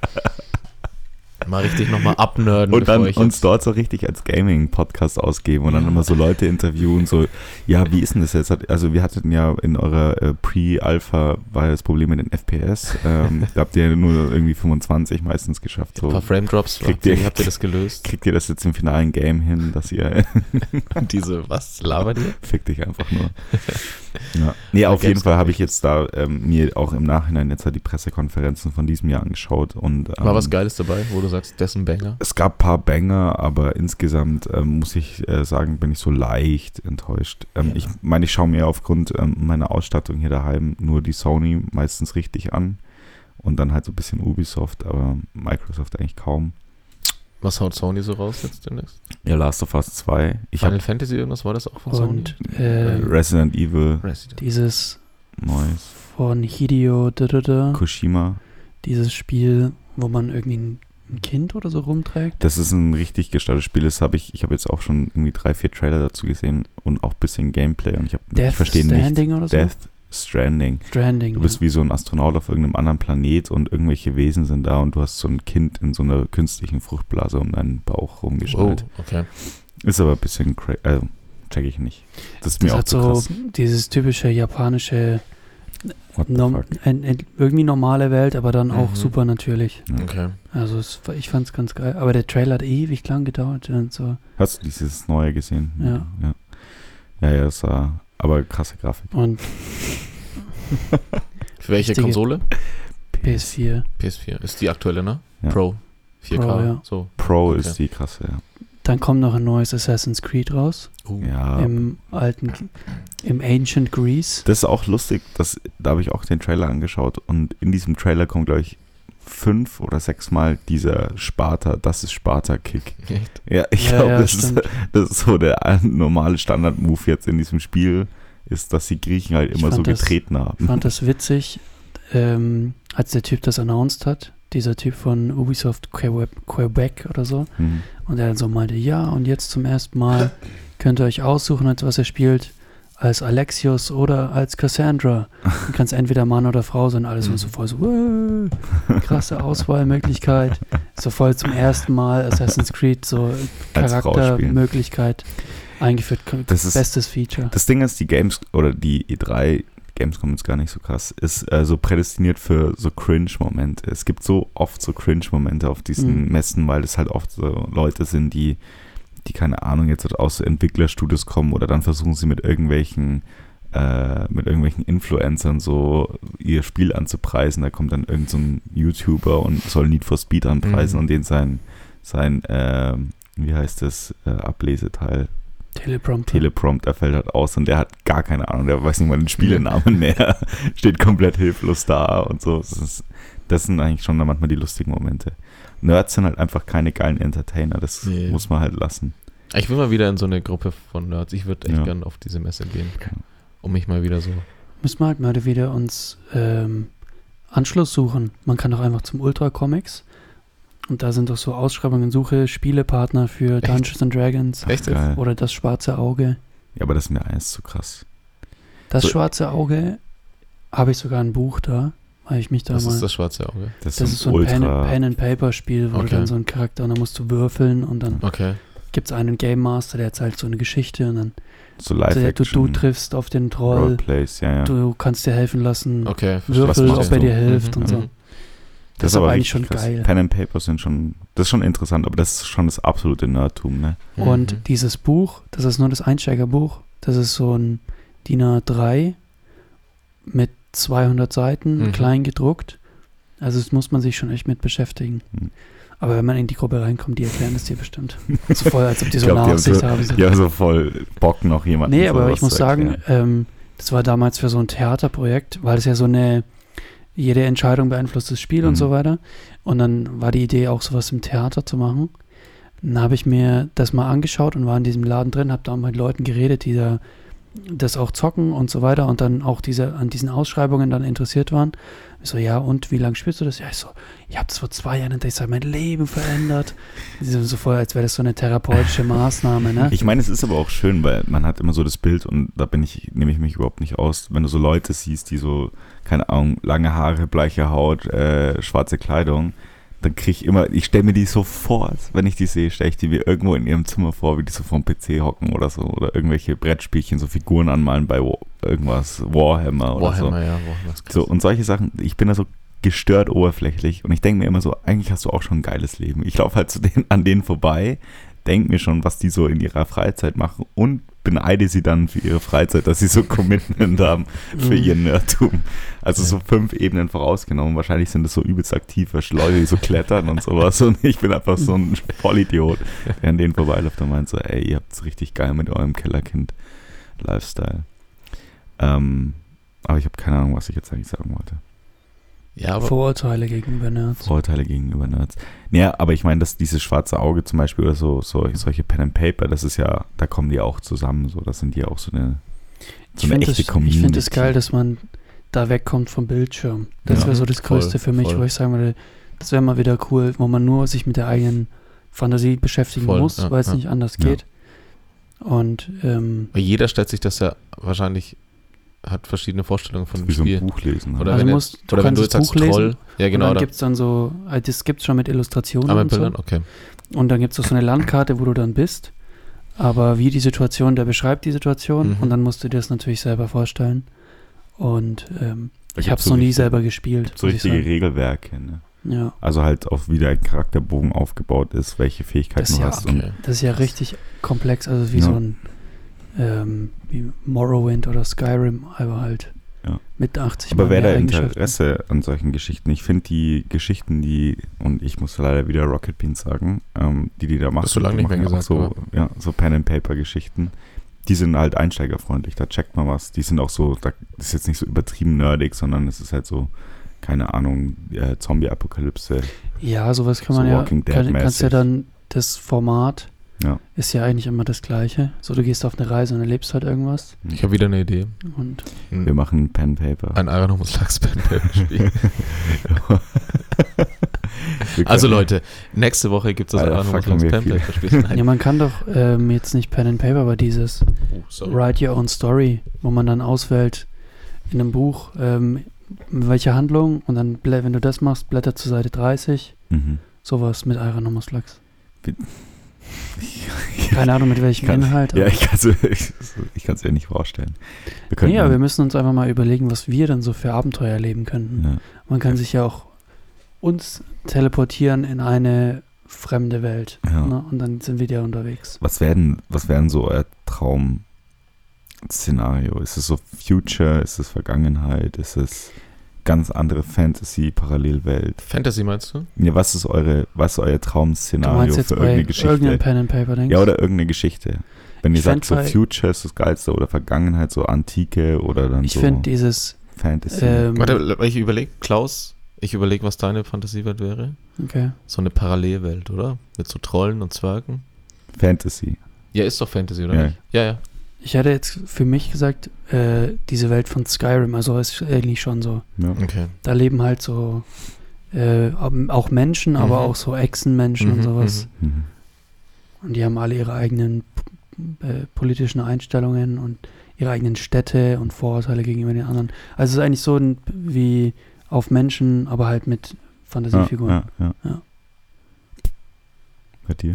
S1: Mal richtig nochmal abnörden,
S5: Und dann
S1: bevor ich
S5: uns
S1: jetzt,
S5: dort so richtig als Gaming-Podcast ausgeben und dann immer so Leute interviewen, so, ja, wie ist denn das jetzt? Hat- Also wir hatten ja in eurer äh, Pre-Alpha war ja das Problem mit den FPS. Ähm, da habt ihr nur irgendwie 25 meistens geschafft.
S1: ein
S5: So.
S1: paar Frame Drops,
S5: Kriegt
S1: wie
S5: ihr-
S1: habt ihr das gelöst?
S5: Kriegt ihr das jetzt im finalen Game hin, dass ihr
S1: Diese, was, labert ihr?
S5: Fick dich einfach nur. ja. Nee, auf
S1: Bei
S5: jeden
S1: Gamescom
S5: Fall habe ich jetzt da ähm, mir auch im Nachhinein jetzt halt die Pressekonferenzen von diesem Jahr angeschaut und ähm,
S1: War was Geiles dabei, wo du sagst, dessen Banger?
S5: es gab ein paar Banger, aber insgesamt ähm, muss ich äh, sagen, bin ich so leicht enttäuscht. Ähm, Ich meine, ich schaue mir aufgrund ähm, meiner Ausstattung hier daheim nur die Sony meistens richtig an und dann halt so ein bisschen Ubisoft, aber Microsoft eigentlich kaum.
S1: Was haut Sony so raus jetzt demnächst?
S5: Ja, Last of Us 2. Ich
S1: Final
S5: habe
S1: Fantasy irgendwas, war das auch von Sony?
S4: Und äh,
S5: Resident Evil,
S1: Resident.
S4: dieses
S5: neues,
S4: von Hideo, da, da,
S5: Hm.
S4: da,
S5: Kushima.
S4: dieses Spiel, wo man irgendwie ein, ein Kind oder so rumträgt.
S5: Das ist ein richtig gestaltetes Spiel. Das habe ich, ich habe jetzt auch schon irgendwie drei, vier Trailer dazu gesehen und auch ein bisschen Gameplay. Und ich, hab- ich
S4: Death
S5: verstehe nicht.
S4: Stranding oder so?
S5: Death Stranding.
S4: Stranding.
S5: Du bist wie so ein Astronaut auf irgendeinem anderen Planet und irgendwelche Wesen sind da und du hast so ein Kind in so einer künstlichen Fruchtblase um deinen Bauch
S1: Oh,
S5: rumgeschnallt.
S1: okay.
S5: Ist aber ein bisschen cra- äh, check ich nicht. Das ist
S4: das
S5: mir auch
S4: hat
S5: zu
S4: so
S5: krass.
S4: dieses typische japanische,
S5: What the
S4: norm,
S5: fuck?
S4: ein, ein, irgendwie normale Welt, aber dann auch
S1: Mhm.
S4: super natürlich.
S5: Ja.
S1: Okay.
S4: Also es, war- ich fand's ganz geil. Aber der Trailer hat ewig lang gedauert und so.
S5: Hast du dieses neue gesehen?
S4: Ja.
S5: Ja, ja, ja das war aber krasse Grafik.
S4: Und
S1: Für welche
S4: Richtige-
S1: Konsole?
S4: PS4.
S1: PS4. Ist die aktuelle, ne?
S5: Ja.
S1: Pro. 4K.
S4: Pro, ja.
S1: So.
S5: Pro
S1: Okay.
S5: ist die krasse.
S4: Dann kommt noch ein neues Assassin's Creed raus.
S1: Uh.
S5: Ja. ja
S4: Im alten, im Ancient Greece.
S5: Das ist auch lustig, das, da habe ich auch den Trailer angeschaut und in diesem Trailer kommt, glaube ich, fünf oder sechs Mal dieser Sparta, das ist Sparta-Kick.
S1: Echt?
S5: Ja, ich
S4: Ja,
S5: glaube,
S4: ja,
S5: das, ist- das ist so der normale Standard-Move jetzt in diesem Spiel, ist, dass die Griechen halt
S4: Ich
S5: immer so
S4: fand das-
S5: getreten
S4: Ich
S5: haben.
S4: fand das witzig, ähm, als der Typ das announced hat. Dieser Typ von Ubisoft Que- Quebec oder so.
S5: Hm.
S4: Und er so meinte, ja, und jetzt zum ersten Mal könnt ihr euch aussuchen, als was ihr spielt, als Alexios oder als Cassandra. Du kannst entweder Mann oder Frau sein, alles und so voll so, "Wow, krasse Auswahlmöglichkeit. So voll zum ersten Mal Assassin's Creed, so
S5: Als Frau spielen.
S4: Charaktermöglichkeit eingeführt.
S5: Das ist-
S4: Bestes Feature.
S5: Das Ding ist, die Games oder die E E3, Gamescom ist gar nicht so krass, ist äh, so prädestiniert für so Cringe-Momente. Es gibt so oft so Cringe-Momente auf diesen
S4: Mhm.
S5: Messen, weil es halt oft so Leute sind, die, die keine Ahnung, jetzt halt aus so Entwicklerstudios kommen oder dann versuchen sie mit irgendwelchen äh, mit irgendwelchen Influencern so ihr Spiel anzupreisen. Da kommt dann irgend so ein YouTuber und soll Need for Speed anpreisen
S1: Mhm.
S5: und den sein, sein ähm, wie heißt das, äh, Ableseteil
S4: Teleprompter.
S5: Teleprompter fällt halt aus und der hat gar keine Ahnung, der weiß nicht mal den Spielenamen mehr, steht komplett hilflos da und so. Das, ist, das sind eigentlich schon manchmal die lustigen Momente. Nerds sind halt einfach keine geilen Entertainer, das
S1: Nee.
S5: muss man halt lassen.
S1: Ich will mal wieder in so eine Gruppe von Nerds. Ich würde echt
S5: Ja.
S1: gern auf diese Messe gehen. Um mich mal wieder so.
S4: Müssen wir halt mal wieder uns ähm, Anschluss suchen. Man kann doch einfach zum Ultra Comics. Und da sind doch so Ausschreibungen, Suche, Spielepartner für
S1: Echt?
S4: Dungeons and Dragons
S1: Echt jetzt?
S5: Geil.
S4: oder das schwarze Auge.
S5: Ja, aber das ist mir alles zu krass.
S4: Das
S5: So-
S4: schwarze Auge habe ich sogar ein Buch da, weil ich mich da
S1: Das
S4: mal.
S1: ist das schwarze Auge.
S5: Das,
S4: das
S5: sind
S4: ist so ein Pen,
S5: ultra.
S4: Pen and Paper Spiel, wo
S1: Okay.
S4: du dann so einen Charakter und dann musst du würfeln und dann
S1: Okay.
S4: gibt es einen Game Master, der erzählt so eine Geschichte und dann
S5: so
S4: also, du, du
S5: Live-Action,
S4: triffst auf den Troll,
S5: Roleplays, ja, ja.
S4: du kannst dir helfen lassen,
S1: Okay. verstehe.
S5: Was
S4: Würfel,
S5: machst
S4: ob er
S5: du?
S4: dir hilft und so.
S1: mhm.
S4: das ist aber eigentlich
S5: richtig
S4: schon geil.
S5: Pen and Paper sind schon, das ist schon interessant, aber das ist schon das absolute Nerdtum, ne?
S1: Mhm.
S4: Und dieses Buch, das ist nur das Einsteigerbuch. Das ist so ein DIN A3 mit 200 Seiten,
S1: Mhm.
S4: klein gedruckt. Also das muss man sich schon echt mit beschäftigen.
S5: Mhm.
S4: Aber wenn man in die Gruppe reinkommt, die erklären es dir bestimmt. So voll, als ob die
S5: Ich
S4: so
S5: glaub, die haben
S4: Nachsicht
S5: so-
S4: haben. So.
S5: Ja, so voll Bock noch jemanden.
S4: nee, aber
S5: sowas
S4: ich muss
S5: zu
S4: sagen,
S5: erklären.
S4: ähm, das war damals für so ein Theaterprojekt, weil es ja so eine, jede Entscheidung beeinflusst das Spiel und
S5: Mhm.
S4: so weiter. Und dann war die Idee auch sowas im Theater zu machen. Dann habe ich mir das mal angeschaut und war in diesem Laden drin, habe da mit Leuten geredet, die da das auch zocken und so weiter und dann auch diese an diesen Ausschreibungen dann interessiert waren. Ich so, ja, und wie lange spielst du das? Ja, ich so, ich habe das vor zwei Jahren entdeckt, das hat mein Leben verändert. Die sind so voll, als wäre das so eine therapeutische Maßnahme, ne?
S5: Ich meine, es ist aber auch schön, weil man hat immer so das Bild und da bin ich, nehme ich mich überhaupt nicht aus, wenn du so Leute siehst, die so, keine Ahnung, lange Haare, bleiche Haut, äh, schwarze Kleidung, dann kriege ich immer, ich stelle mir die sofort, wenn ich die sehe, stelle ich die mir irgendwo in ihrem Zimmer vor, wie die so vom PC hocken oder so. Oder irgendwelche Brettspielchen, so Figuren anmalen bei Wa- irgendwas, Warhammer oder so.
S1: Warhammer, ja, Warhammer ist krass.
S5: So, und solche Sachen, ich bin da so gestört oberflächlich und ich denke mir immer so, eigentlich hast du auch schon ein geiles Leben. Ich laufe halt zu denen, an denen vorbei, denke mir schon, was die so in ihrer Freizeit machen und beneide sie dann für ihre Freizeit, dass sie so Commitment haben für
S4: Mhm.
S5: ihr Nerdtum. Also
S1: Ja.
S5: so fünf Ebenen vorausgenommen. Wahrscheinlich sind das so übelst aktive Leute, die so klettern und sowas. Und ich bin einfach so ein Vollidiot, der an denen vorbeiläuft und meint so, ey, ihr habt's richtig geil mit eurem Kellerkind-Lifestyle. Ähm, aber ich habe keine Ahnung, was ich jetzt eigentlich sagen wollte.
S1: Ja, aber
S4: Vorurteile gegenüber Nerds.
S5: Vorurteile gegenüber Nerds. Naja, aber ich meine, dass dieses schwarze Auge zum Beispiel oder so, so solche Pen and Paper, das ist ja, da kommen die auch zusammen, so, das sind die auch so eine, so
S4: Ich
S5: eine
S4: finde
S5: echte
S4: es
S5: Community.
S4: find das geil, dass man da wegkommt vom Bildschirm. Das
S1: Ja,
S4: wäre so das
S1: voll,
S4: Größte für mich,
S1: voll.
S4: wo ich sagen würde, das wäre mal wieder cool, wo man nur sich mit der eigenen Fantasie beschäftigen
S1: Voll,
S4: muss,
S1: ja,
S4: weil es
S1: ja.
S4: nicht anders
S5: Ja.
S4: geht. Und ähm,
S1: Weil jeder stellt sich das ja wahrscheinlich, hat verschiedene Vorstellungen von
S5: wie
S1: dem
S5: so ein
S1: Spiel.
S5: Buch lesen.
S1: Oder,
S5: halt.
S4: Also
S1: wenn,
S4: musst-
S1: jetzt,
S4: du
S1: oder wenn du jetzt
S4: kannst das
S1: sagst
S4: Buch lesen
S1: Troll. Ja, genau.
S4: und dann
S1: Oder,
S4: gibt es dann so, äh, das gibt es schon mit Illustrationen
S1: ah, mit
S4: und, so.
S1: Bildern, okay.
S4: und dann gibt es auch so eine Landkarte, wo du dann bist. Aber wie die Situation, der beschreibt die Situation
S1: Mhm.
S4: und dann musst du dir das natürlich selber vorstellen. Und ähm,
S5: Da
S4: ich
S5: gibt's
S4: habe es
S5: so
S4: noch nie
S5: richtig-
S4: selber gespielt.
S5: So
S4: muss ich
S5: richtige
S4: sagen.
S5: Regelwerke, ne?
S4: Ja,
S5: Also halt auch wie dein Charakterbogen aufgebaut ist, welche Fähigkeiten
S4: Das
S5: du
S4: ja
S5: hast. Und
S1: okay.
S4: das ist ja richtig komplex, also wie
S5: Ja.
S4: so ein ähm, wie Morrowind oder Skyrim, aber halt
S5: Ja.
S4: mit 80
S5: Aber
S4: Mal
S5: wer
S4: mehr
S5: da
S4: Eigenschaften.
S5: Interesse an solchen Geschichten, ich finde die Geschichten, die, und ich muss leider wieder Rocket Beans sagen, ähm, die die da machen,
S1: Hast du lange
S5: die
S1: nicht mehr
S5: machen ja auch
S1: gesagt,
S5: so, ja, so Pen-and-Paper-Geschichten, die sind halt einsteigerfreundlich, da checkt man was, die sind auch so, da das ist jetzt nicht so übertrieben nerdig, sondern es ist halt so, keine Ahnung, äh, Zombie-Apokalypse,
S4: Ja, sowas kann
S5: So
S4: man ja.
S5: Walking Dead
S4: Kann, kannst ja
S5: mäßig.
S4: dann das Format
S5: Ja.
S4: ist ja eigentlich immer das gleiche. So, du gehst auf eine Reise und erlebst halt irgendwas.
S1: Ich habe wieder eine Idee.
S4: Und
S1: Hm.
S5: wir machen Pen-Paper.
S1: Ein Iron Homus Lachs Pen Paper Spiel.
S5: Wir
S1: Also
S5: können-
S1: Leute, nächste Woche gibt es das
S5: Alter,
S1: Iron Homus
S5: fuck, haben
S1: Lachs
S5: wir
S1: Pen
S5: viel.
S1: Paper Spiel.
S4: ja, man kann doch ähm, jetzt nicht Pen and Paper, aber dieses
S1: Oh, sorry.
S4: Write Your Own Story, wo man dann auswählt in einem Buch, ähm, welche Handlung und dann, blä- wenn du das machst, blätter zur Seite 30.
S5: Mhm.
S4: Sowas mit Iranomus Lachs.
S5: Wie-
S4: Keine Ahnung, mit welchem
S5: Kann-
S4: Inhalt.
S5: Ja,
S4: aber-
S5: ich kann es ich, ich kann's mir nicht vorstellen. Wir könnten,
S4: nee, aber wir müssen uns einfach mal überlegen, was wir dann so für Abenteuer erleben könnten.
S5: ja.
S4: Man kann sich ja auch uns teleportieren in eine fremde Welt.
S5: Ja.
S4: Ne? Und dann sind wir da unterwegs.
S5: Was werden, was werden so euer Traum-Szenario? Ist es so Future? Ist es Vergangenheit? Ist es ganz andere Fantasy-Parallelwelt?
S1: Fantasy meinst du?
S5: Ja, was ist eure, was ist euer
S4: Du
S5: Traum-Szenario
S4: meinst jetzt
S5: für
S4: bei
S5: irgendeine Geschichte?
S4: irgendeinem Pen and Paper, denkst
S5: Ja, oder irgendeine Geschichte. Wenn ihr
S4: Ich
S5: sagt, so
S4: fänd halt bei-
S5: Future ist das Geilste oder Vergangenheit, so Antike oder dann
S4: Ich
S5: so
S4: finde dieses.
S5: Fantasy.
S4: Ähm,
S1: Warte, ich überlege, Klaus, ich überlege, was deine Fantasiewelt wäre.
S4: okay.
S1: So eine Parallelwelt, oder? Mit so Trollen und Zwergen.
S5: Fantasy.
S1: Ja, ist doch Fantasy, oder
S5: Ja.
S1: nicht? Ja, ja.
S4: Ich hätte jetzt für mich gesagt, äh, diese Welt von Skyrim, also ist eigentlich schon so.
S5: Ja.
S1: Okay.
S4: Da leben halt so äh, auch Menschen, aber
S1: Mhm.
S4: auch so Echsenmenschen und
S1: Mhm,
S4: sowas.
S5: Mhm.
S4: Und die haben alle ihre eigenen äh, politischen Einstellungen und ihre eigenen Städte und Vorurteile gegenüber den anderen. Also es ist eigentlich so ein, wie auf Menschen, aber halt mit
S5: Ja,
S4: Fantasiefiguren.
S5: ja, ja.
S4: Ja.
S5: Bei dir?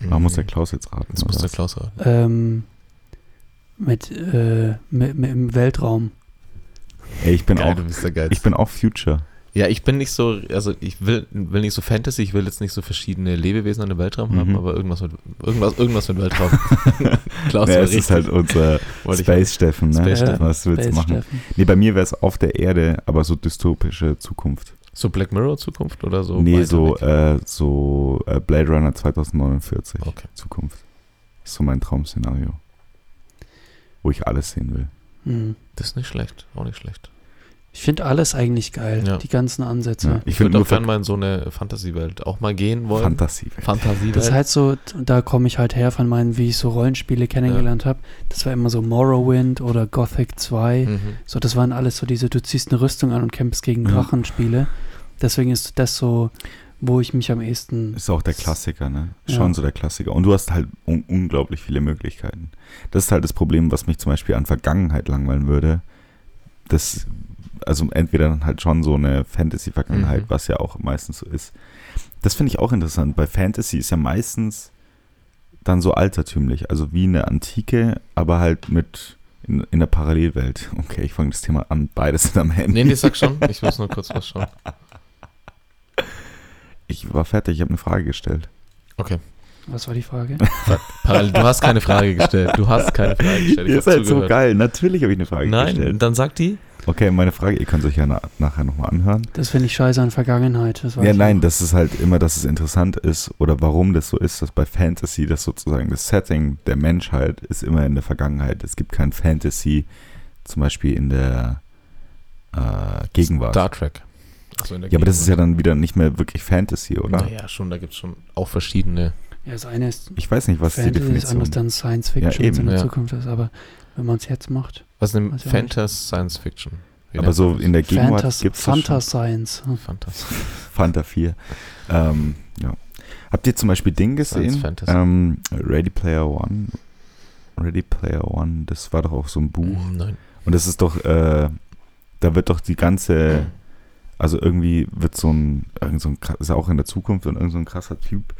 S1: mhm.
S5: Warum muss der Klaus jetzt raten?
S1: Jetzt muss
S5: oder
S1: der
S5: was?
S1: Klaus raten.
S4: Ähm, mit, äh, mit, mit im Weltraum.
S5: Ey, ich bin auch,
S1: bist der Geilste.
S5: ich bin auch Future.
S1: Ja, ich bin nicht so, also ich will, will nicht so Fantasy, ich will jetzt nicht so verschiedene Lebewesen an dem Weltraum haben,
S5: Mhm.
S1: aber irgendwas mit irgendwas, irgendwas mit Weltraum. Klaus
S5: Ja,
S1: war
S5: es ist
S1: richtig,
S5: halt unser
S1: wollte ich-
S5: Space-Steffen, ne?
S1: Space
S4: Steffen.
S5: Was willst du
S4: Space
S5: machen?
S4: Steffen.
S5: Nee, bei mir wäre es auf der Erde, aber so dystopische Zukunft.
S1: So Black Mirror Zukunft oder so?
S5: nee,
S1: weiter
S5: so,
S1: weg?
S5: äh, so äh, Blade Runner 2049
S1: Okay.
S5: Zukunft. Ist so mein Traumszenario. Wo ich alles sehen will.
S4: Hm.
S1: Das ist nicht schlecht, auch nicht schlecht.
S4: Ich finde alles eigentlich geil,
S1: Ja.
S4: die ganzen Ansätze.
S5: Ja, ich
S1: Ich würde
S5: finde
S1: auch
S5: nur
S1: gerne mal in so eine Fantasiewelt auch mal gehen wollen.
S5: Fantasie.
S1: Fantasiewelt.
S4: Das ist halt so, da komme ich halt her von meinen, wie ich so Rollenspiele kennengelernt habe. Das war immer so Morrowind oder Gothic 2.
S1: mhm.
S4: So, das waren alles so diese, du ziehst eine Rüstung an und kämpfst gegen
S5: Ja.
S4: Drachenspiele. Deswegen ist das so, wo ich mich am ehesten.
S5: Ist auch der Klassiker, ne? Ist
S4: Ja.
S5: Schon so der Klassiker. Und du hast halt un unglaublich viele Möglichkeiten. Das ist halt das Problem, was mich zum Beispiel an Vergangenheit langweilen würde. Das, also entweder dann halt schon so eine Fantasy-Vergangenheit,
S1: Mhm.
S5: was ja auch meistens so ist. Das finde ich auch interessant. Bei Fantasy ist ja meistens dann so altertümlich, also wie eine Antike, aber halt mit in, in der Parallelwelt. Okay, ich fange das Thema an. Beides sind am Handy.
S1: Nee, nee, sag schon. Ich muss nur kurz was schauen.
S5: Ich war fertig, ich habe eine Frage gestellt.
S4: Was war die Frage?
S1: Parallel, du hast keine Frage gestellt. Du hast keine Frage gestellt.
S5: Ihr
S1: Ich hab
S5: seid so
S1: zugehört.
S5: geil. Natürlich habe ich eine Frage
S1: Nein,
S5: gestellt.
S1: dann sag die.
S5: Okay, meine Frage, ihr könnt euch ja na, nachher nochmal anhören.
S4: Das finde ich scheiße an Vergangenheit. Das weiß
S5: Ja,
S4: ich
S5: nein,
S4: auch.
S5: das ist halt immer, dass es interessant ist oder warum das so ist, dass bei Fantasy das sozusagen das Setting der Menschheit ist immer in der Vergangenheit. Es gibt kein Fantasy, zum Beispiel in der äh, Gegenwart.
S1: Star Trek. Also in der
S5: ja, aber das ist ja dann wieder nicht mehr wirklich Fantasy, oder?
S1: Naja, schon, da gibt es schon auch verschiedene.
S4: Ja, das eine ist
S5: Ich weiß nicht, was die
S4: Fantasy, das
S5: Definition
S4: andere
S5: ist.
S4: ist dann Science Fiction,
S5: Ja,
S4: was in
S5: eben,
S4: der
S1: ja.
S4: Zukunft ist. Aber wenn man es jetzt macht,
S1: Was nimmt
S4: Weiß ich auch nicht.
S1: Fantas Science Fiction? Wie
S5: Aber
S1: nennt
S5: so
S1: man das?
S5: in der Gegenwart
S4: Fantas
S5: gibt es schon.
S4: Fantascience. hm.
S1: Fantas
S5: Fanta 4. Ähm, ja. Habt ihr zum Beispiel Ding
S1: Science
S5: gesehen?
S1: Fantasy.
S5: Ähm, Ready Player One. Ready Player One, das war doch auch so ein Buch.
S1: Uh, Nein.
S5: Und das ist doch, äh, da wird doch die ganze, also irgendwie wird so ein, irgend so ein kra- ist ja auch in der Zukunft und irgend so ein krasser Typ,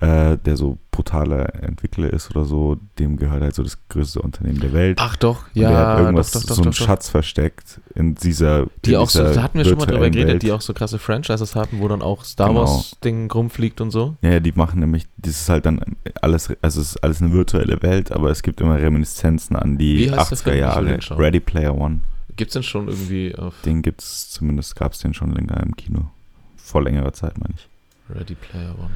S5: äh, der so brutaler Entwickler ist oder so, dem gehört halt so das größte Unternehmen der Welt.
S1: Ach doch,
S5: Und der
S1: ja,
S5: hat irgendwas,
S1: doch, doch, doch,
S5: so einen
S1: doch, doch.
S5: Schatz versteckt in dieser
S1: Die
S5: in
S1: auch so,
S5: dieser
S1: da hatten wir schon mal drüber
S5: virtuellen
S1: geredet,
S5: Welt.
S1: die auch so krasse Franchises haben, wo dann auch Star
S5: Genau.
S1: Wars-Ding rumfliegt und so.
S5: Ja, ja, die machen nämlich, das ist halt dann alles, also es ist alles eine virtuelle Welt, aber es gibt immer Reminiszenzen an die
S1: Wie heißt der Film?
S5: 80er
S1: Ich will
S5: Jahre.
S1: den schauen.
S5: Ready Player One.
S1: Gibt's denn schon irgendwie auf
S5: Den gibt's zumindest, gab's den schon länger im Kino. Vor längerer Zeit, meine ich.
S1: Ready Player One?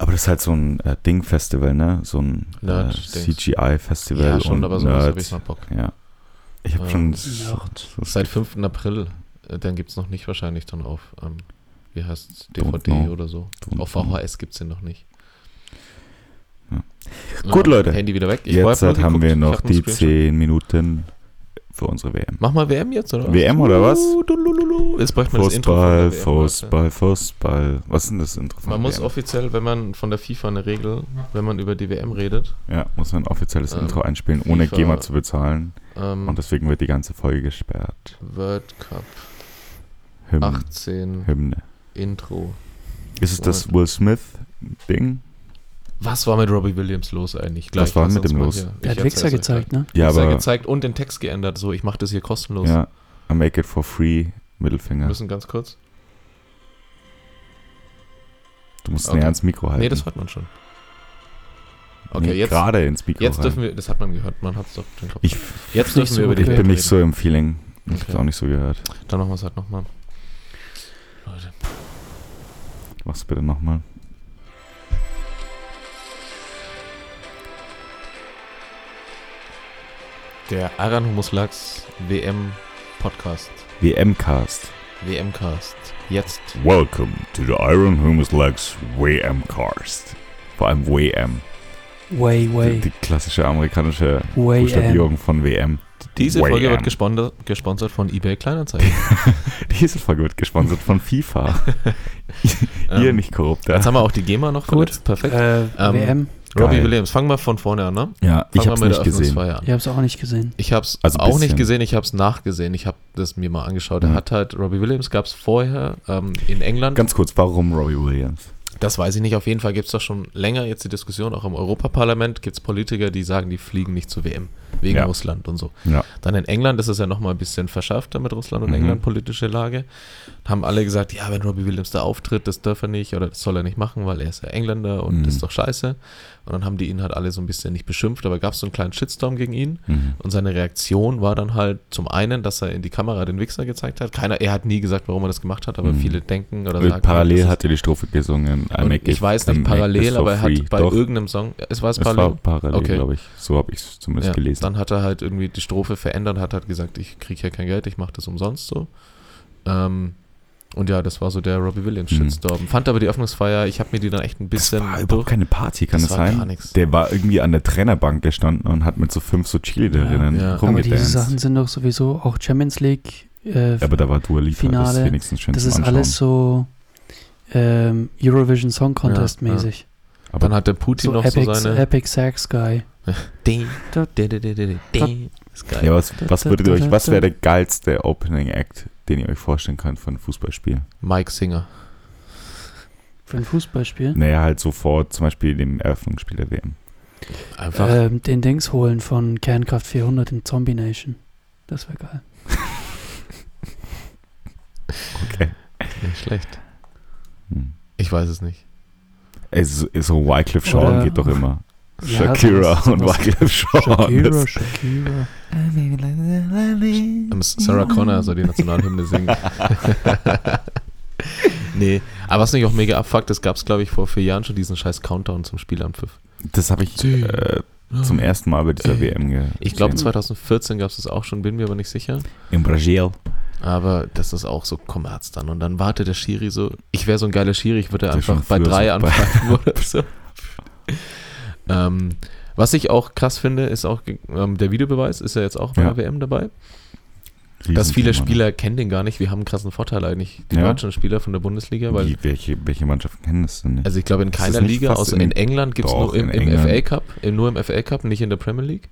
S5: Aber das ist halt so ein äh, Ding-Festival, ne? So ein äh,
S1: Nerd-Dings.
S5: CGI-Festival.
S1: Ja, schon,
S5: und
S1: aber sowas habe ich
S5: Nerds.
S1: mal Bock.
S5: Ja. Ich habe
S1: Ähm,
S5: schon.
S4: Nerd.
S5: so-
S1: Seit 5. April, äh, dann gibt's noch nicht wahrscheinlich dann auf, ähm, wie heißt
S5: Don't
S1: DVD
S5: know.
S1: oder so.
S5: Don't
S1: Auf
S5: know.
S1: VHS gibt's den noch nicht.
S5: Ja.
S1: Ja,
S5: Gut, Leute.
S1: Handy wieder weg. hab
S5: jetzt
S1: nur
S5: halt haben
S1: geguckt.
S5: wir
S1: Ich
S5: noch
S1: hab einen
S5: die
S1: Screenshot.
S5: 10 Minuten für unsere WM.
S1: Mach mal WM jetzt, oder?
S5: WM oder was?
S1: was? Jetzt bräuchte man das Intro. von der WM,
S5: Fußball,
S1: Leute.
S5: Fußball, Fußball. Was ist denn das Intro? von
S1: Man muss
S5: WM?
S1: offiziell, wenn man von der FIFA eine Regel, wenn man über die WM redet,
S5: Ja, muss man ein offizielles
S1: Ähm,
S5: Intro einspielen, ohne
S1: FIFA.
S5: GEMA zu bezahlen.
S1: ähm,
S5: Und deswegen wird die ganze Folge gesperrt.
S1: World Cup
S5: Hymn,
S1: 18
S5: Hymne.
S1: Intro.
S5: Ist es das Will Smith-Ding?
S1: Was war mit Robbie Williams los eigentlich?
S5: Was war mit dem los?
S4: Der hat Wichser gezeigt, ne?
S5: also Ja,
S1: Wichser
S5: aber
S1: gezeigt und den Text geändert. So, ich mache das hier kostenlos.
S5: ja, I make it for free,
S1: Wir
S5: Mittelfinger.
S1: müssen ganz kurz.
S5: Du musst
S1: Okay.
S5: näher ans Mikro halten.
S1: Nee, das hört man schon. Okay,
S5: Nee,
S1: jetzt,
S5: Gerade ins Mikro
S1: jetzt dürfen
S5: halten.
S1: wir, das hat man gehört, man hat es doch auf den Kopf.
S5: Ich,
S1: jetzt
S4: nicht
S1: dürfen
S4: so
S1: wir über die
S5: ich
S4: okay.
S1: WM
S5: bin nicht
S1: reden.
S5: so im Feeling. Ich hab's
S1: Okay.
S5: auch nicht so gehört.
S1: Dann machen wir es halt nochmal. Leute.
S5: Mach's bitte nochmal.
S1: Der Aran Humus Lachs WM Podcast.
S5: WM-Cast.
S1: WM Cast. Jetzt.
S5: Welcome to the Iron Humus Legs WM-Cast. Vor allem WM.
S4: Way,
S5: Die,
S4: way,
S5: die klassische amerikanische
S4: way, ähm,
S5: Buchstabierung von WM.
S1: Diese
S5: Way
S1: Folge
S5: am.
S1: wird gesponder- gesponsert von eBay Kleinanzeigen.
S5: Diese Folge wird gesponsert von FIFA. Ihr
S1: Ähm,
S5: nicht korrupt,
S1: Jetzt haben wir auch die GEMA noch
S4: Gut.
S1: verletzt. Perfekt.
S4: äh,
S1: Ähm,
S4: WM.
S1: Robbie
S5: Geil.
S1: Williams, fangen wir von vorne an, ne?
S5: Ja,
S1: Fangen
S5: ich hab's
S1: wir mit
S5: nicht
S1: der
S5: gesehen.
S1: Eröffnungsfeier an.
S4: Ich habe es auch nicht gesehen.
S1: Ich habe es
S5: Also ein
S1: auch nicht
S5: bisschen.
S1: gesehen, ich habe es nachgesehen. Ich habe das mir mal angeschaut. Er
S5: Mhm.
S1: hat halt, Robbie Williams gab es vorher ähm, in England.
S5: Ganz kurz, warum Robbie Williams?
S1: das weiß ich nicht. Auf jeden Fall gibt es doch schon länger jetzt die Diskussion, auch im Europaparlament gibt es Politiker, die sagen, die fliegen nicht zur WM wegen
S5: Ja.
S1: Russland und so.
S5: Ja.
S1: Dann in England ist es ja nochmal ein bisschen verschärfter mit Russland und
S5: Mhm.
S1: England politische Lage. Haben alle gesagt, ja, wenn Robbie Williams da auftritt, das darf er nicht oder das soll er nicht machen, weil er ist ja Engländer und
S5: Mhm.
S1: das ist doch scheiße. Und dann haben die ihn halt alle so ein bisschen nicht beschimpft, aber gab es so einen kleinen Shitstorm gegen ihn.
S5: Mhm.
S1: Und seine Reaktion war dann halt zum einen, dass er in die Kamera den Wichser gezeigt hat. Keiner, er hat nie gesagt, warum er das gemacht hat, aber
S5: Mhm.
S1: viele denken oder
S5: Äh,
S1: sagen. halt,
S5: Parallel
S1: das
S5: hat er die Strophe gesungen. I
S1: ist, und
S5: make
S1: ich
S5: it-
S1: weiß
S5: I
S1: nicht
S5: make this
S1: parallel,
S5: for
S1: aber er
S5: free.
S1: hat bei
S5: Doch,
S1: irgendeinem Song, es war es
S5: es war
S1: parallel.
S5: parallel,
S1: Okay.
S5: glaube ich. So habe ich es zumindest
S1: Ja,
S5: gelesen.
S1: Dann hat er halt irgendwie die Strophe verändert, hat halt gesagt, ich kriege hier kein Geld, ich mache das umsonst so. Ähm, und ja, das war so der Robbie Williams
S5: Mhm.
S1: Shitstorm. Fand aber die Öffnungsfeier, ich habe mir die dann echt ein
S5: das
S1: bisschen
S5: war
S1: durch.
S5: überhaupt keine Party, kann
S1: Das
S5: das,
S1: war
S5: sein?
S1: gar nichts.
S5: Der war irgendwie an der Trainerbank gestanden und hat mit so fünf so Cheerleaderinnen
S1: Ja, ja.
S4: Aber diese
S5: rumgedanced. Aber,
S4: Sachen sind doch sowieso auch Champions League. Äh,
S5: da war Dua Lipa, das ist
S4: Finale,
S5: wenigstens schön
S4: das
S5: zum
S4: ist
S5: Anschauen.
S4: alles so ähm, Eurovision Song Contest
S1: Ja, ja.
S4: mäßig.
S1: Dann hat der Putin
S4: So
S1: noch
S4: Epic,
S1: so seine.
S4: Epic Sax Guy.
S1: Ding, di- di- di- di- di- ding. Ist geil.
S5: Ja, was, was würdet ihr euch, was wäre der geilste Opening Act, den ihr euch vorstellen könnt von Fußballspielen?
S1: Mike Singer.
S4: Für ein Fußballspiel?
S5: Naja, halt sofort zum Beispiel dem Eröffnungsspiel der WM.
S1: Einfach.
S5: Äh.
S4: Ähm, den Dings holen von Kernkraft 400 in Zombie Nation. Das wäre geil.
S1: Nicht schlecht.
S5: Hm.
S1: Ich weiß es nicht.
S5: Es, ist- so Wycliffe Sean
S4: Oder-
S5: geht doch immer.
S4: Ja,
S5: Shakira
S4: sowas-
S5: und
S4: sowas-
S5: Wycliffe Sean.
S4: Shakira,
S5: Das-
S4: Shakira.
S1: Ähm, Sarah Connor soll die Nationalhymne singen. nee, aber was mich auch mega abfuckt, das gab es, glaube ich, vor vier Jahren schon diesen scheiß Countdown zum Spielanpfiff.
S5: Das habe ich
S1: Zehn.
S5: äh, zum ersten Mal bei
S4: Äh.
S5: dieser WM ge
S1: Ich glaube,
S5: gesehen.
S1: 2014 gab es das auch schon, bin mir aber nicht sicher.
S5: in Brasil.
S1: Aber das ist auch so Kommerz dann. Und dann wartet der Schiri so. Ich wäre so ein geiler Schiri, ich würde
S5: Das ist
S1: einfach bei
S5: schon früher
S1: drei
S5: so bei-
S1: anfangen oder so. ähm, was ich auch krass finde, ist auch ge- ähm, der Videobeweis, ist ja jetzt auch bei
S5: Ja.
S1: der WM dabei. Dass viele
S5: Riesenthema, ne?
S1: Spieler kennen den gar nicht. Wir haben einen krassen Vorteil eigentlich, die
S5: Ja.
S1: deutschen Spieler von der Bundesliga, weil,
S5: Wie, welche, welche Mannschaften kennen das denn nicht?
S1: also ich glaube, in
S5: Ist das
S1: keiner
S5: nicht
S1: Liga,
S5: fast
S1: außer
S5: in-
S1: in England gibt es
S5: Doch,
S1: nur im,
S5: in
S1: im
S5: England.
S1: FA Cup, im, nur im FA Cup, nicht in der Premier League.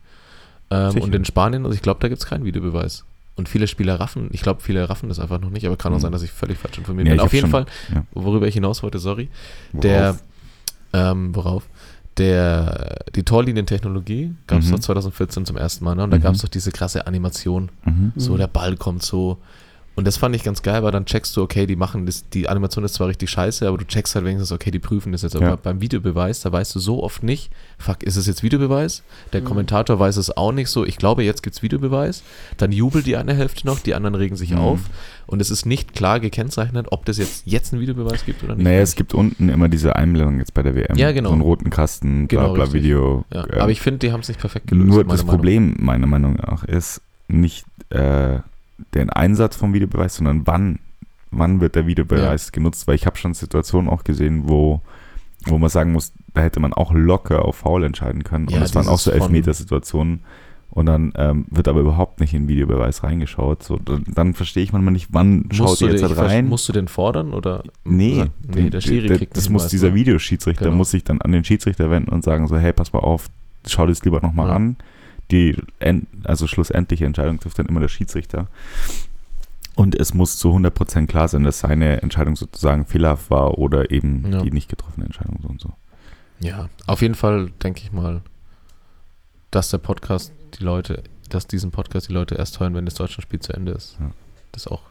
S1: Ähm,
S5: Sicher.
S1: und in Spanien, also ich glaube, da gibt es keinen Videobeweis. Und viele Spieler raffen, ich glaube, viele raffen das einfach noch nicht, aber kann auch
S5: Mhm.
S1: sein, dass ich völlig falsch informiert
S5: Ja,
S1: bin.
S5: ich
S1: Auf
S5: hab
S1: jeden
S5: schon-
S1: Fall,
S5: ja.
S1: worüber ich hinaus wollte, sorry,
S5: Worauf?
S1: der, ähm, worauf? Der, die Torlinientechnologie gab es
S5: Mhm.
S1: doch 2014 zum ersten Mal, ne? Und da
S5: Mhm.
S1: gab es doch diese krasse Animation,
S5: mhm.
S1: so
S4: Mhm.
S1: der Ball kommt so. Und das fand ich ganz geil, weil dann checkst du, okay, die machen das, die Animation ist zwar richtig scheiße, aber du checkst halt wenigstens, okay, die prüfen das jetzt. Aber
S5: Ja.
S1: beim Videobeweis, da weißt du so oft nicht, fuck, ist es jetzt Videobeweis? Der
S5: Mhm.
S1: Kommentator weiß es auch nicht so, ich glaube, jetzt gibt's Videobeweis. Dann jubelt die eine Hälfte noch, die anderen regen sich
S5: Mhm.
S1: auf. Und es ist nicht klar gekennzeichnet, ob das jetzt, jetzt einen Videobeweis gibt oder nicht.
S5: Naja, es gibt unten immer diese Einblendung jetzt bei der WM.
S1: Ja, genau.
S5: So einen roten Kasten, bla
S1: Genau,
S5: bla
S1: richtig.
S5: Video.
S1: ja.
S5: äh,
S1: Aber ich finde, die haben es nicht perfekt gelöst.
S5: Nur
S1: meiner
S5: das
S1: Meinung nach.
S5: Problem, meiner Meinung nach, ist nicht äh, den Einsatz vom Videobeweis, sondern wann, wann wird der Videobeweis genutzt. Weil ich habe schon Situationen auch gesehen, wo, wo man sagen muss, da hätte man auch locker auf Foul entscheiden können.
S1: Ja,
S5: und es waren auch
S1: dieses
S5: so
S1: von-
S5: Elfmetersituationen. Und dann ähm, wird aber überhaupt nicht in den Videobeweis reingeschaut. So, dann, dann verstehe ich manchmal nicht, wann schaut
S1: Musst
S5: ihr
S1: du,
S5: jetzt
S1: den,
S5: halt rein.
S1: musst du den fordern oder?
S5: Nee,
S1: Sagt, nee, der Schiri
S5: der-
S1: kriegt
S5: Also, das
S1: den
S5: muss
S1: Hinweis,
S5: dieser
S1: ne?
S5: Videoschiedsrichter
S1: Genau.
S5: muss sich dann an den Schiedsrichter wenden und sagen so, hey, pass mal auf, schau dir das lieber nochmal
S1: Ja.
S5: an. Die en- also schlussendliche Entscheidung trifft dann immer der Schiedsrichter. Und es muss zu 100% klar sein, dass seine Entscheidung sozusagen fehlerhaft war oder eben
S1: Ja.
S5: die nicht getroffene Entscheidung so und so.
S1: Ja, auf jeden Fall denke ich mal, dass der Podcast die Leute, dass diesen Podcast die Leute erst hören, wenn das deutsche Spiel zu Ende ist.
S5: Ja.
S1: Das auch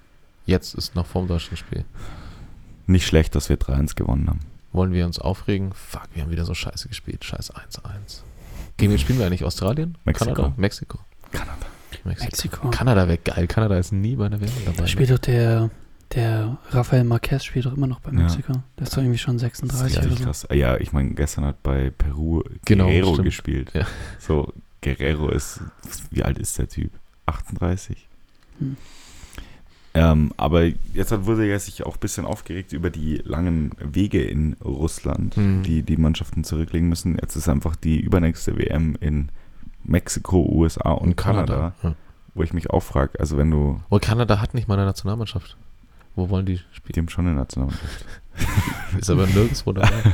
S1: jetzt ist noch vorm deutschen Spiel.
S5: Nicht schlecht, dass wir 3-1 gewonnen haben.
S1: Wollen wir uns aufregen? Fuck, wir haben wieder so scheiße gespielt. Scheiß 1-1. Gegen wen spielen wir eigentlich? Australien?
S5: Mexiko.
S1: Kanada? Mexiko.
S5: Kanada.
S1: Mexiko.
S4: Mexiko.
S1: Kanada wäre geil. Kanada ist nie bei einer WM
S4: Da
S1: dabei.
S4: spielt doch der, der Rafael Marquez spielt doch immer noch bei
S5: Ja.
S4: Mexiko. Der ist doch irgendwie schon
S5: Das
S4: 36
S5: ist
S4: oder
S5: richtig
S4: so.
S5: krass. Ah Ja, ich meine, gestern hat bei Peru
S1: Genau,
S5: Guerrero
S1: stimmt.
S5: gespielt.
S1: Ja.
S5: So, Guerrero ist, wie alt ist der Typ? 38?
S4: Hm.
S5: Ähm, aber jetzt hat Wurzeger sich auch ein bisschen aufgeregt über die langen Wege in Russland,
S1: Hm.
S5: die die Mannschaften zurücklegen müssen. Jetzt ist einfach die übernächste WM in Mexiko, USA und, Kanada,
S1: Ja.
S5: wo ich mich auch frage, also wenn du
S1: Und Kanada hat nicht mal eine Nationalmannschaft. Wo wollen die spielen?
S5: dem schon eine Nationalmannschaft
S1: Ist aber nirgendwo dabei.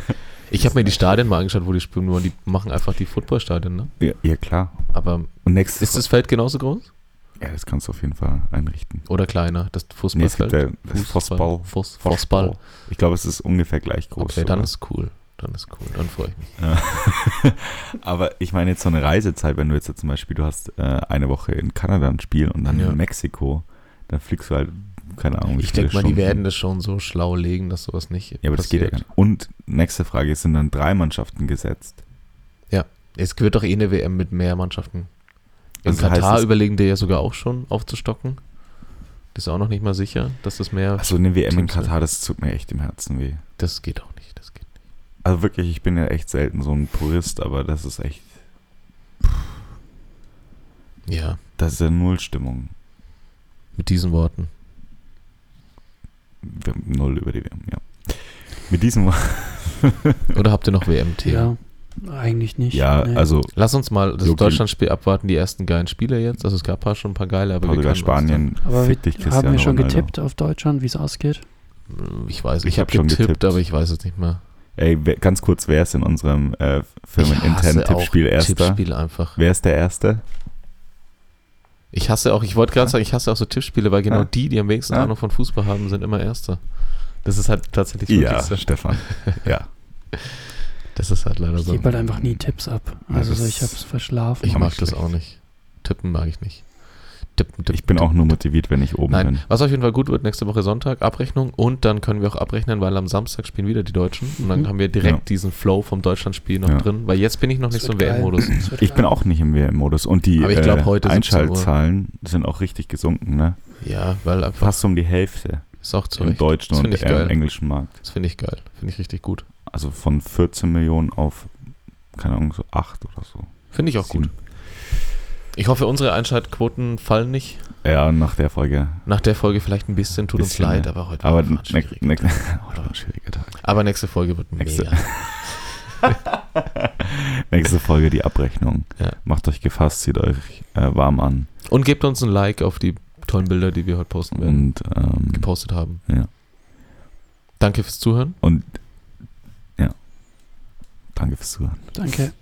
S1: Ich habe mir die Stadien mal angeschaut, wo die spielen, nur die machen einfach die Footballstadien, ne?
S5: ja, ja, klar.
S1: Aber
S5: Und nächstes
S1: ist das Feld genauso groß?
S5: ja, das kannst du auf jeden Fall einrichten.
S1: Oder kleiner? Das
S5: Nee, es gibt
S1: Fußballfeld?
S5: ja das Fußball.
S1: Fuß, Fußball.
S5: Ich glaube, es ist ungefähr gleich groß.
S1: Okay, dann
S5: sogar.
S1: ist cool. Dann ist cool. Dann freue ich mich.
S5: Aber ich meine jetzt so eine Reisezeit, wenn du jetzt zum Beispiel, du hast äh, eine Woche in Kanada ein Spiel und dann
S1: Ja.
S5: in Mexiko, dann fliegst du halt, keine Ahnung, wie
S1: Ich
S5: viele
S1: denke mal, die
S5: Stunden.
S1: werden das schon so schlau legen, dass sowas nicht
S5: Ja, aber das geht ja gar nicht. Und nächste Frage, es sind dann drei Mannschaften gesetzt.
S1: Es wird doch eh eine WM mit mehr Mannschaften. In
S5: Also heißt
S1: Katar
S5: es-
S1: überlegen die ja sogar auch schon aufzustocken. Das ist auch noch nicht mal sicher, dass das mehr.
S5: Also eine WM in
S1: Teams, ne?
S5: Katar, das tut mir echt im Herzen weh.
S1: Das geht auch nicht. Das geht nicht.
S5: Also wirklich, ich bin ja echt selten so ein Purist, aber das ist echt,
S1: Ja,
S5: das ist ja null Stimmung.
S1: mit diesen Worten.
S5: Wir haben null über die WM, ja. Mit diesem
S1: Oder habt ihr noch WM-Themen?
S4: Ja, eigentlich nicht.
S5: Ja,
S4: Nee.
S5: also
S1: Lass uns mal das
S5: Jogi.
S1: Deutschlandspiel abwarten, die ersten geilen Spiele jetzt. Also es gab paar schon ein paar geile, aber wir
S5: Portugal,
S1: können
S5: Spanien,
S4: Aber wir,
S5: fick dich, Cristiano
S4: haben wir schon
S5: Ronaldo.
S4: getippt auf Deutschland, wie es ausgeht?
S1: Uns, ich weiß,
S5: Ich
S1: ich, hab
S5: hab
S1: habe
S5: schon
S1: getippt,
S5: getippt.
S1: aber ich weiß es nicht mehr.
S5: Ey, wer- ganz kurz, wer ist in unserem äh,
S1: Ich hasse auch
S5: Firmen-internen Tippspiel erster?
S1: Tippspiel einfach.
S5: Wer ist der Erste?
S1: Ich hasse auch, ich wollte gerade sagen, ich hasse auch so Tippspiele, weil genau
S5: Ja.
S1: die, die am wenigsten
S5: Ja.
S1: Ahnung von Fußball haben, sind immer Erster. Das ist halt tatsächlich
S5: Ja,
S1: wirklich so.
S5: Stefan. Ja.
S1: Das ist halt leider
S4: Ich
S1: so.
S4: gebe halt einfach nie Tipps ab.
S5: Also Ja,
S4: Also
S5: das-
S4: so, ich habe es verschlafen.
S1: Ich
S5: Auch
S1: mag
S5: nicht
S1: das
S5: schlecht.
S1: auch nicht. Tippen mag ich nicht. Tippen, tippen,
S5: Ich bin auch nur motiviert, wenn ich oben
S1: Nein,
S5: bin.
S1: was auf jeden Fall gut wird, nächste Woche Sonntag, Abrechnung und dann können wir auch abrechnen, weil am Samstag spielen wieder die Deutschen und dann
S4: Mhm.
S1: haben wir direkt
S5: Ja.
S1: diesen Flow vom Deutschlandspiel noch
S5: Ja.
S1: drin, weil jetzt bin ich noch nicht
S4: Das
S1: so im
S4: wird geil.
S1: WM-Modus.
S4: Das wird
S5: Ich bin
S4: geil.
S5: auch nicht im WM-Modus und die
S1: Aber ich glaub,
S5: äh,
S1: heute 17 Uhr.
S5: Einschaltzahlen sind auch richtig gesunken, ne?
S1: Ja, weil einfach
S5: Fast um die Hälfte
S1: ist auch zu
S5: im
S1: Recht.
S5: deutschen
S1: Das
S5: und
S1: find ich
S5: äh,
S1: geil.
S5: im englischen Markt.
S1: Das finde ich geil. Finde ich richtig gut.
S5: Also von 14 Millionen auf, keine Ahnung, so 8 oder so.
S1: Finde ich auch gut.
S5: Sieben.
S1: Ich hoffe, unsere Einschaltquoten fallen nicht.
S5: Ja, nach der Folge.
S1: Nach der Folge vielleicht ein bisschen, tut
S5: Bisschen,
S1: uns leid,
S5: ja.
S1: aber heute
S5: Aber
S1: war
S5: ne,
S1: es
S5: ne,
S1: schwierig.
S5: ne, heute war ein schwieriger Tag.
S1: Aber nächste Folge wird
S5: Nächste-
S1: mega.
S5: Nächste Folge die Abrechnung.
S1: Ja.
S5: Macht euch gefasst, zieht euch äh, warm an
S1: Und gebt uns ein Like auf die tollen Bilder, die wir heute posten werden,
S5: und ähm,
S1: gepostet haben.
S5: Ja.
S1: Danke fürs Zuhören.
S5: danke fürs Zuhören.
S4: Danke.